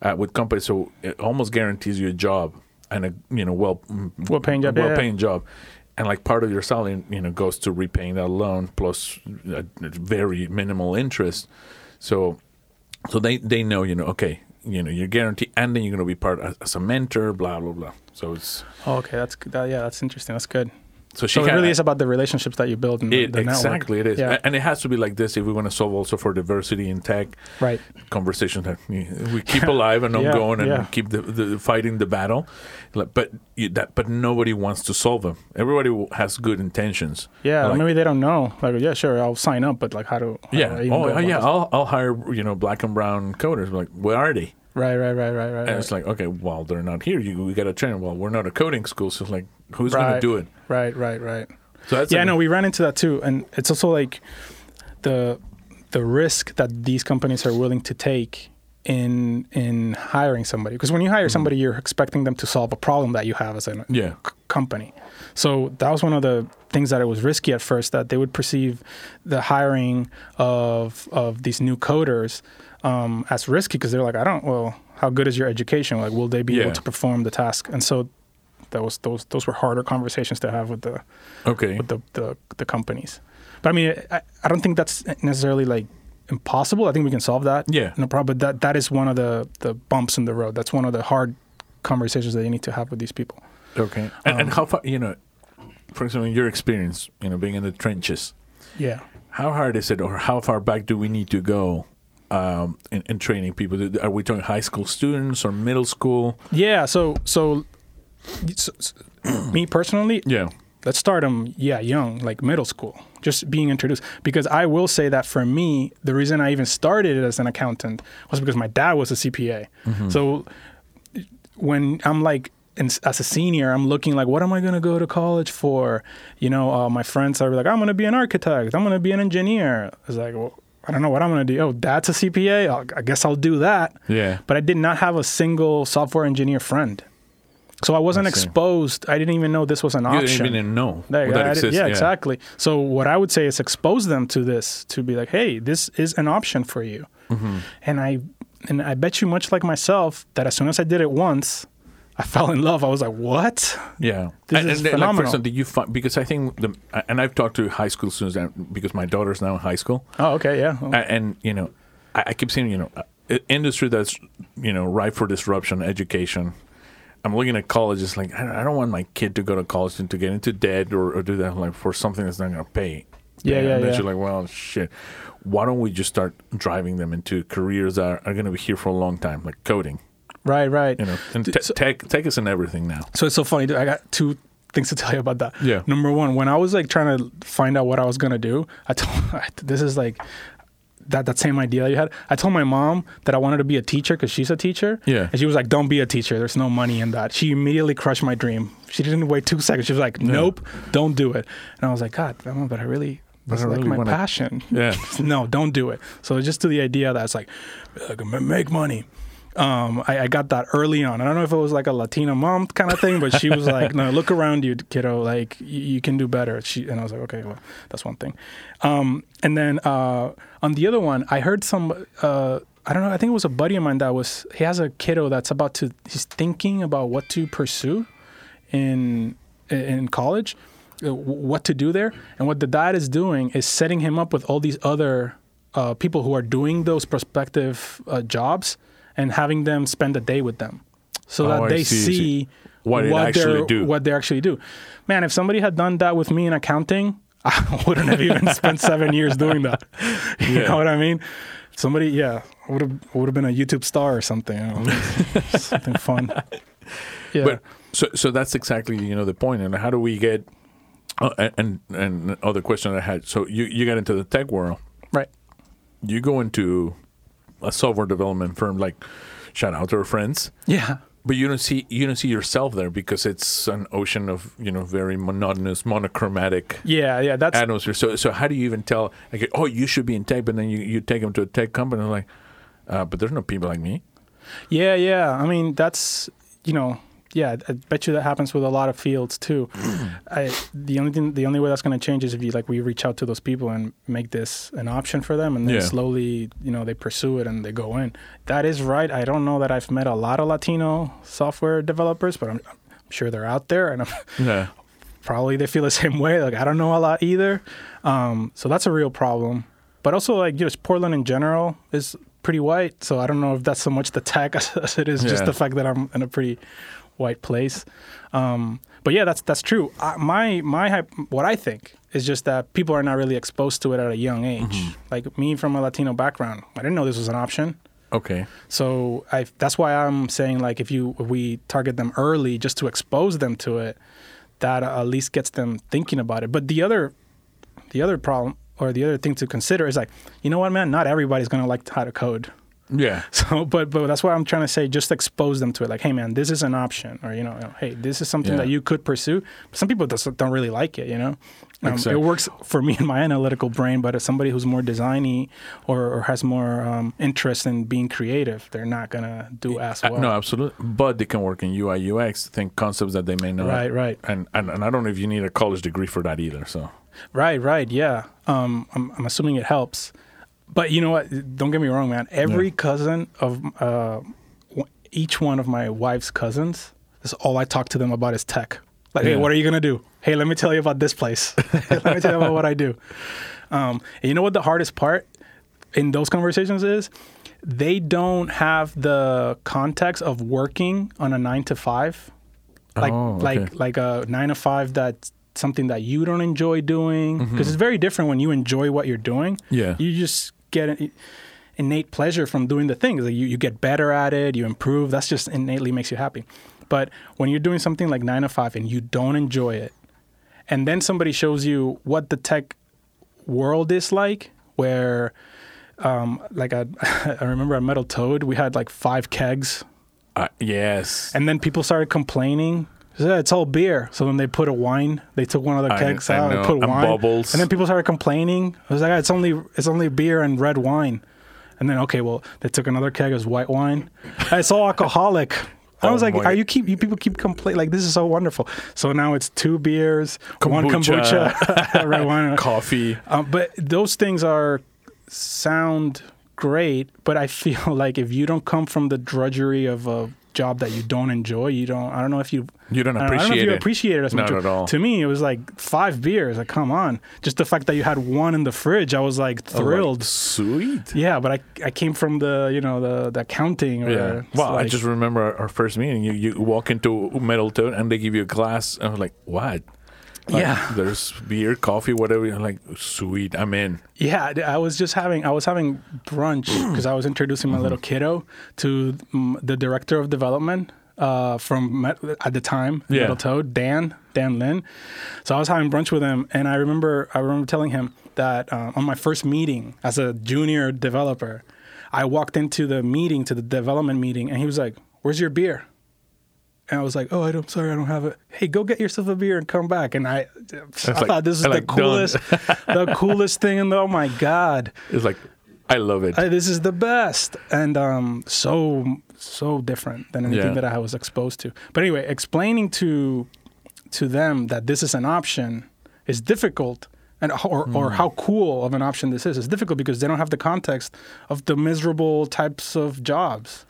S3: uh, with companies. So it almost guarantees you a job and a you know well
S4: Well paying job, yeah, yeah.
S3: well paying job, and like part of your salary you know goes to repaying that loan plus uh very minimal interest. So so they they know you know okay you know you're guaranteed, and then you're gonna be part uh, as, as a mentor, blah blah blah. So it's
S4: oh, okay that's good that, yeah that's interesting that's good
S3: so she
S4: so it
S3: had-
S4: really is about the relationships that you build and the-
S3: it,
S4: the network.
S3: exactly it is
S4: yeah.
S3: A- and it has to be like this if we want to solve also for diversity in tech
S4: Right.
S3: conversations that we we keep alive and
S4: Yeah,
S3: ongoing and
S4: yeah.
S3: keep the, the fighting the battle Like, but you, that but nobody wants to solve them everybody w- has good intentions
S4: yeah
S3: Like,
S4: maybe they don't know like yeah sure i'll sign up but like how do how
S3: yeah
S4: do I even
S3: oh
S4: go
S3: uh,
S4: about
S3: yeah
S4: this?
S3: I'll, I'll hire you know black and brown coders like where are they
S4: right right right right right
S3: and it's like okay well they're not here you we got to train well we're not a coding school so it's like who's going to do it
S4: right right right
S3: So that's
S4: yeah,
S3: like-
S4: no, we ran into that too, and it's also like the the risk that these companies are willing to take in in hiring somebody because when you hire somebody you're expecting them to solve a problem that you have as a
S3: Mm-hmm. Yeah.
S4: c- company so that was one of the things that it was risky at first that they would perceive the hiring of of these new coders um, as risky because they're like i don't well how good is your education like will they be
S3: Yeah.
S4: able to perform the task and so that was those those were harder conversations to have with the
S3: Okay.
S4: with the, the, the companies. But I mean, I, I don't think that's necessarily like impossible. I think we can solve that.
S3: Yeah.
S4: No problem. But that, that is one of the, the bumps in the road. That's one of the hard conversations that you need to have with these people.
S3: Okay. And,
S4: um
S3: and how far, you know, for example, in your experience, you know, being in the trenches,
S4: Yeah.
S3: how hard is it or how far back do we need to go um, in, in training people? Are we talking high school students or middle school?
S4: Yeah. So, so, so- so me personally,
S3: Yeah.
S4: let's start them yeah young like middle school just being introduced because i will say that for me the reason i even started as an accountant was because my dad was a cpa
S3: Mm-hmm.
S4: so when i'm like in, as a senior i'm looking like what am i going to go to college for you know uh, my friends are like i'm going to be an architect i'm going to be an engineer it's like well, i don't know what i'm going to do oh that's a cpa I'll, i guess i'll do that
S3: Yeah.
S4: but i did not have a single software engineer friend so i wasn't
S3: see.
S4: exposed i didn't even know this was an
S3: You
S4: option
S3: didn't even know that
S4: like, I- I did-
S3: exists,
S4: yeah,
S3: yeah.
S4: exactly. So what I would say is expose them to this to be like, hey, this is an option for you.
S3: Mm-hmm.
S4: And I and I bet you, much like myself, that as soon as I did it once, I fell in love. I was like, what?
S3: Yeah,
S4: This
S3: and,
S4: is
S3: and, Like, for
S4: phenomenal.
S3: example, did you find because I think the and I've talked to high school students now, because my daughter's now in high school,
S4: Oh, okay, yeah.
S3: A- and you know, I, I keep seeing you know, a- industry that's you know ripe for disruption, education. I'm looking at college. It's like I don't, I don't want my kid to go to college and to get into debt or, or do that like for something that's not going to pay.
S4: Yeah,
S3: and
S4: yeah,
S3: then
S4: yeah.
S3: you're like, well, shit. Why don't we just start driving them into careers that are, are going to be here for a long time, like coding?
S4: right, right.
S3: You know, and
S4: D-
S3: te-
S4: so-
S3: tech tech is in everything now.
S4: So it's so funny. dude. I got two things to tell you about that.
S3: Yeah.
S4: Number one, when I was like trying to find out what I was gonna do, I told this is like that that same idea you had. I told my mom that I wanted to be a teacher because she's a teacher.
S3: Yeah.
S4: And she was like, "Don't be a teacher. There's no money in that." She immediately crushed my dream. She didn't wait two seconds. She was like, "Nope, don't do it." And I was like, "God, Mama, but I really." That's
S3: I
S4: like
S3: really
S4: my
S3: wanna-
S4: passion.
S3: Yeah.
S4: no, don't do it. So just to the idea that it's like, like, "Ma- make money. Um, I, I got that early on. I don't know if it was like a Latina mom kind of thing, but she was like, "No, look around you, kiddo. Like you, you can do better." She and I was like, "Okay, well, that's one thing." Um, and then uh, on the other one, I heard some. Uh, I don't know. I think it was a buddy of mine that was. He has a kiddo that's about to. He's thinking about what to pursue in in college, uh, w- what to do there, and what the dad is doing is setting him up with all these other uh, people who are doing those prospective uh, jobs and having them spend a day with them, so
S3: Oh,
S4: that
S3: I
S4: they
S3: see, I
S4: see,
S3: see. What it actually
S4: they're-
S3: do.
S4: what they actually do. Man, if somebody had done that with me in accounting, I wouldn't have even spent seven years doing that. You
S3: Yeah.
S4: know what I mean? Somebody, yeah, would have would have been a YouTube star or something, you know, something fun. Yeah.
S3: But so so that's exactly you know the point. And how do we get? Uh, and- and and other question I had. So you you got into the tech world.
S4: right.
S3: You go into a software development firm. Like shout out to our friends.
S4: Yeah.
S3: But you don't see you don't see yourself there because it's an ocean of you know very monotonous, monochromatic
S4: Yeah, yeah, that's
S3: atmosphere. So so how do you even tell? Like oh, you should be in tech, but then you, you take them to a tech company and like, uh, but there's no people like me.
S4: yeah, yeah. I mean, that's you know, yeah. I bet you that happens with a lot of fields too. I, the only thing, the only way that's going to change is if you like we reach out to those people and make this an option for them, and then
S3: Yeah.
S4: slowly, you know, they pursue it and they go in. That is right. I don't know that I've met a lot of Latino software developers, but I'm, I'm sure they're out there, and I'm,
S3: Yeah.
S4: probably they feel the same way. Like I don't know a lot either, um, so that's a real problem. But also like just Portland in general is pretty white, so I don't know if that's so much the tech as, as it is just
S3: Yeah.
S4: the fact that I'm in a pretty white place. Um, but yeah, that's that's true. I, my my hype- what I think is just that people are not really exposed to it at a young age. Like me from a Latino background, I didn't know this was an option.
S3: Okay.
S4: So I that's why I'm saying like if you if we target them early just to expose them to it, that at least gets them thinking about it. But the other the other problem or the other thing to consider is like, you know what, man, not everybody's gonna like how to code.
S3: Yeah.
S4: So, but but that's why I'm trying to say, just expose them to it. Like, hey, man, this is an option, or you know, you know, hey, this is something
S3: Yeah.
S4: that you could pursue. Some people just don't really like it, you know. Um,
S3: Exact-
S4: It works for me in my analytical brain, but as somebody who's more designy or, or has more um, interest in being creative, they're not gonna do as
S3: Uh,
S4: well.
S3: no, absolutely. But they can work in UI UX. Think concepts that they may not.
S4: Right, right.
S3: And, and and I don't know if you need a college degree for that either. So
S4: Right, right, yeah. Um, I'm, I'm assuming it helps, but you know what? Don't get me wrong, man. Every cousin of uh, w- each one of my wife's cousins, that's all I talk to them about is tech. Like, hey,
S3: Yeah.
S4: what are you gonna do? Hey, let me tell you about this place. let me tell you about what I do. Um, and you know what the hardest part in those conversations is? They don't have the context of working on a nine to five like
S3: Oh,
S4: like
S3: okay.
S4: like a nine to five that's something that you don't enjoy doing because it's very different when you enjoy what you're doing
S3: Yeah.
S4: you just get an innate pleasure from doing the things like you, you get better at it you improve that's just innately makes you happy but when you're doing something like nine to five and you don't enjoy it and then somebody shows you what the tech world is like where um, like I, I remember at Metal Toad, we had like five kegs
S3: uh, yes.
S4: and then people started complaining. Yeah, it's all beer. So then they put a wine. They took one of the
S3: I-
S4: kegs
S3: I
S4: out and
S3: know.
S4: put
S3: And
S4: wine.
S3: bubbles.
S4: And then people started complaining. It was like "Ah, it's only it's only beer and red wine. And then okay, well they took another keg as white wine. "Ah, It's all alcoholic. I was
S3: Oh
S4: like,
S3: my-
S4: are you keep you people keep complaining like this is so wonderful. So now it's two beers, one
S3: Kombucha.
S4: kombucha, red wine,
S3: Coffee.
S4: um, but those things are sound great, but I feel like if you don't come from the drudgery of a job that you don't enjoy, you don't. I don't know if you
S3: You don't
S4: I I don't know if
S3: appreciate
S4: you
S3: it.
S4: appreciate it as
S3: Not
S4: much.
S3: at all.
S4: To me, it was like five beers. Like, come on! Just the fact that you had one in the fridge, I was like
S3: I was Oh, like,
S4: thrilled.
S3: Sweet.
S4: yeah, but I I came from the you know the the accounting. Or
S3: Yeah.
S4: it's
S3: Well, I
S4: like-
S3: just remember our, our first meeting. You you walk into Metal Toad and they give you a glass. I was like, what? Like,
S4: Yeah.
S3: There's beer, coffee, whatever. I'm like, sweet. I'm in.
S4: Yeah, I was just having I was having brunch because I was introducing my little kiddo to mm, the director of development uh, from Met, at the time
S3: Yeah.
S4: Little Toad Dan Dan Lin. So I was having brunch with him, and I remember I remember telling him that uh, on my first meeting as a junior developer, I walked into the meeting to the development meeting, and he was like, "Where's your beer?" And I was like, "Oh, I don't. Sorry, I don't have it. Hey, go get yourself a beer and come back." And I, I
S3: like-
S4: thought this was
S3: I
S4: the
S3: like, done.
S4: coolest, the coolest thing in the. Oh my god,
S3: It's like, I love it.
S4: I, this is the best, and um, so so different than anything
S3: Yeah.
S4: that I was exposed to. But anyway, explaining to to them that this is an option is difficult. And, or,
S3: Hmm.
S4: or how cool of an option this is. It's difficult because they don't have the context of the miserable types of jobs.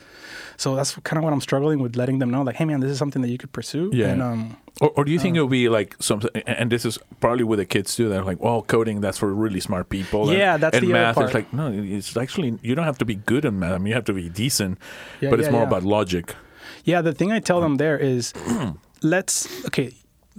S4: So that's kind of what I'm struggling with, letting them know, like, hey, man, this is something that you could pursue.
S3: Yeah.
S4: And, um,
S3: Or, or do you think it'll be like something? And and this is probably with the kids too. They're like, "Oh, coding that's for really smart people." and-
S4: Yeah, that's
S3: and
S4: the other
S3: math.
S4: part.
S3: It's like no, it's actually you don't have to be good in math. I mean, you have to be decent,
S4: Yeah,
S3: but it's
S4: yeah,
S3: more
S4: yeah.
S3: about logic.
S4: Yeah, the thing I tell them there is, let's okay.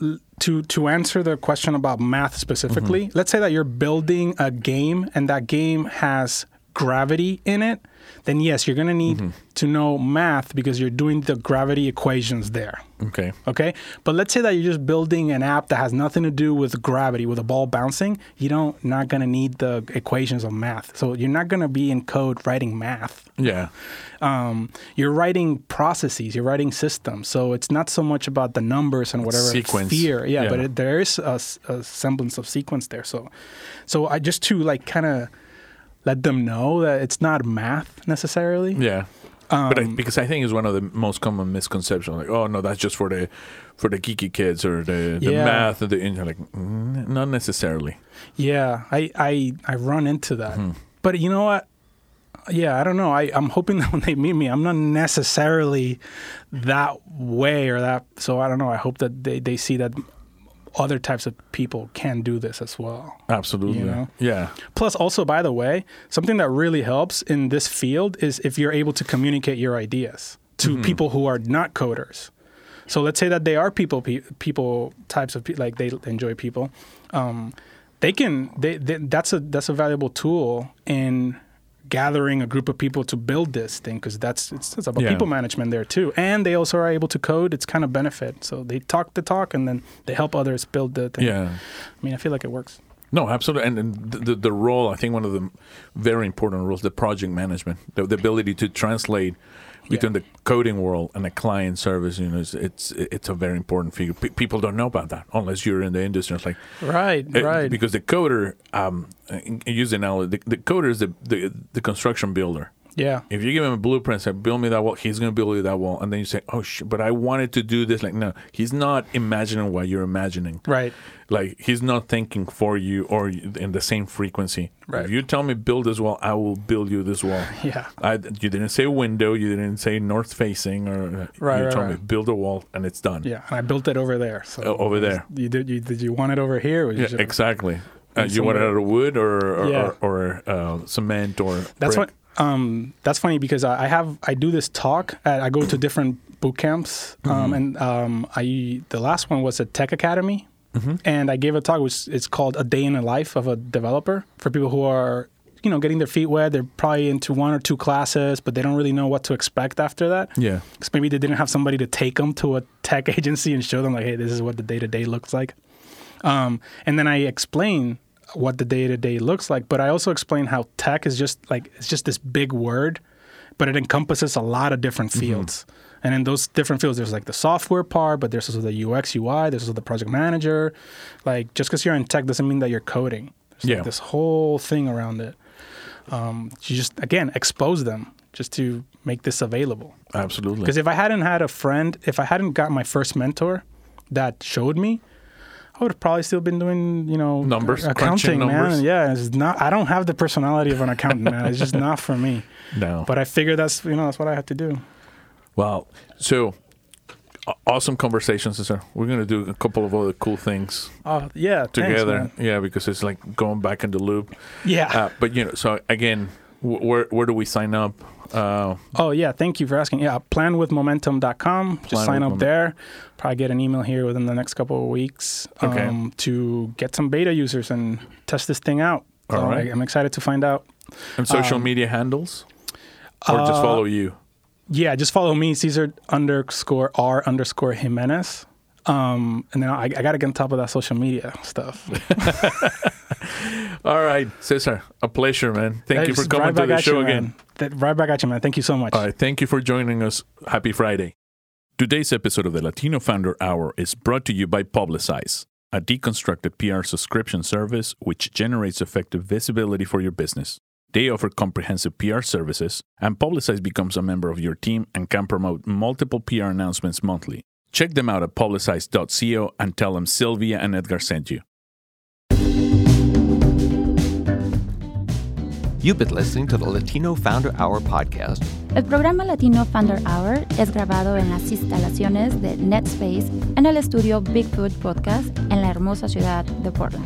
S4: l- To to answer the question about math specifically, let's say that you're building a game and that game has gravity in it, then yes, you're gonna need to know math because you're doing the gravity equations there.
S3: Okay.
S4: Okay, but let's say that you're just building an app that has nothing to do with gravity, with a ball bouncing. You don't not gonna need the equations of math, so you're not gonna be in code writing math
S3: Yeah.
S4: um, you're writing processes, you're writing systems. So it's not so much about the numbers and whatever
S3: Sequence.
S4: fear. Yeah,
S3: Yeah.
S4: but it, there is a, s- a semblance of sequence there. So, so I just to like kind of let them know that it's not math necessarily.
S3: Yeah. but
S4: Um,
S3: I, because I think it's one of the most common misconceptions, like, "Oh no, that's just for the for the geeky kids or the, the
S4: Yeah.
S3: math." And the and you're like, mm, not necessarily.
S4: Yeah, I I, I run into that.
S3: Mm-hmm.
S4: But you know what? Yeah, I don't know. I, I'm hoping that when they meet me, I'm not necessarily that way or that. So I don't know. I hope that they, they see that other types of people can do this as well.
S3: Absolutely.
S4: You know?
S3: Yeah.
S4: Plus, also, by the way, something that really helps in this field is if you're able to communicate your ideas to
S3: Mm-hmm.
S4: people who are not coders. So let's say that they are people, pe- people types of pe- like they enjoy people. Um, they can they, they that's a that's a valuable tool in gathering a group of people to build this thing because that's it's, it's about
S3: Yeah.
S4: people management there too. And they also are able to code. It's kind of benefit. So they talk the talk and then they help others build the thing.
S3: Yeah.
S4: I mean, I feel like it works.
S3: No, absolutely. And, and the, the, the role, I think one of the very important roles, the project management, the, the ability to translate between the coding world and the client service, you know, it's it's, it's a very important figure. Pe people don't know about that unless you're in the industry. It's like,
S4: Right,
S3: uh,
S4: right.
S3: Because the coder, um, use the analogy, the, the coder is the, the, the construction builder.
S4: Yeah.
S3: If you give him a blueprint, say build me that wall, he's gonna build you that wall, and then you say, "Oh shit!" But I wanted to do this. Like, no, he's not imagining what you're imagining.
S4: Right.
S3: Like he's not thinking for you or in the same frequency.
S4: Right.
S3: If you tell me build this wall, I will build you this wall.
S4: Yeah.
S3: I, you didn't say window. You didn't say north facing. Or
S4: Right,
S3: You
S4: right,
S3: told me
S4: right.
S3: build a wall, and it's done.
S4: Yeah, and I built it over there. So
S3: O- Oh, over there.
S4: You did. You, did you want it over here? Or you
S3: Yeah,
S4: just-
S3: exactly. Uh, you
S4: somewhere-
S3: want it out of wood or or,
S4: Yeah.
S3: or, or uh, cement or
S4: That's
S3: brick.
S4: what. Um, that's funny because I I have I do this talk. At, I go to different boot camps,
S3: Mm-hmm.
S4: um, and um, I the last one was at Tech Academy,
S3: Mm-hmm.
S4: and I gave a talk which it's called "A Day in the Life of a Developer" for people who are you know getting their feet wet. They're probably into one or two classes, but they don't really know what to expect after that.
S3: Yeah.
S4: because maybe they didn't have somebody to take them to a tech agency and show them like, hey, this is what the day to day looks like. Um, and then I explain what the day to day looks like, but I also explain how tech is just like it's just this big word, but it encompasses a lot of different fields. And in those different fields, there's like the software part, but there's also the UX UI, there's also the project manager. Like just because you're in tech doesn't mean that you're coding. There's
S3: Yeah.
S4: like this whole thing around it. Um, you just again expose them just to make this available.
S3: Absolutely.
S4: Because if I hadn't had a friend, if I hadn't got my first mentor that showed me, I would have probably still been doing, you know,
S3: Numbers, crunching
S4: accounting,
S3: numbers.
S4: man. Yeah, it's not. I don't have the personality of an accountant, man. It's just not for me.
S3: No.
S4: But I figure that's, you know, that's what I have to do.
S3: Wow. So a- awesome conversations, sir. We're going to do a couple of other cool things
S4: Oh yeah, thanks,
S3: together.
S4: man.
S3: yeah, because it's like going back in the loop.
S4: yeah.
S3: Uh, but you know, so again, wh- where where do we sign up? Uh,
S4: oh yeah. Thank you for asking. Yeah, planwithmomentum.com.
S3: Plan
S4: Just sign
S3: with
S4: up
S3: Momen-
S4: there. Probably get an email here within the next couple of weeks um,
S3: Okay.
S4: to get some beta users and test this thing out.
S3: All
S4: So
S3: right.
S4: I- I'm excited to find out.
S3: and social
S4: Um,
S3: media handles, or
S4: uh,
S3: just follow you.
S4: Yeah, just follow me, Caesar underscore R underscore Jimenez. Um, and then I, I got to get on top of that social media stuff.
S3: All right, Cesar, a pleasure, man. Thank you for
S4: Just
S3: coming to
S4: back
S3: the
S4: at you,
S3: show
S4: man.
S3: again.
S4: Th- right back at you, man. Thank you so much.
S3: All right. Thank you for joining us. Happy Friday. Today's episode of the Latino Founder Hour is brought to you by Publicize, a deconstructed PR subscription service which generates effective visibility for your business. They offer comprehensive PR services, and Publicize becomes a member of your team and can promote multiple PR announcements monthly. Check them out at publicize.co and tell them Sylvia and Edgar sent you.
S2: You've been listening to the Latino Founder Hour podcast.
S1: El programa Latino Founder Hour es grabado en las instalaciones de NetSpace en el estudio Bigfoot Podcast en la hermosa ciudad de Portland.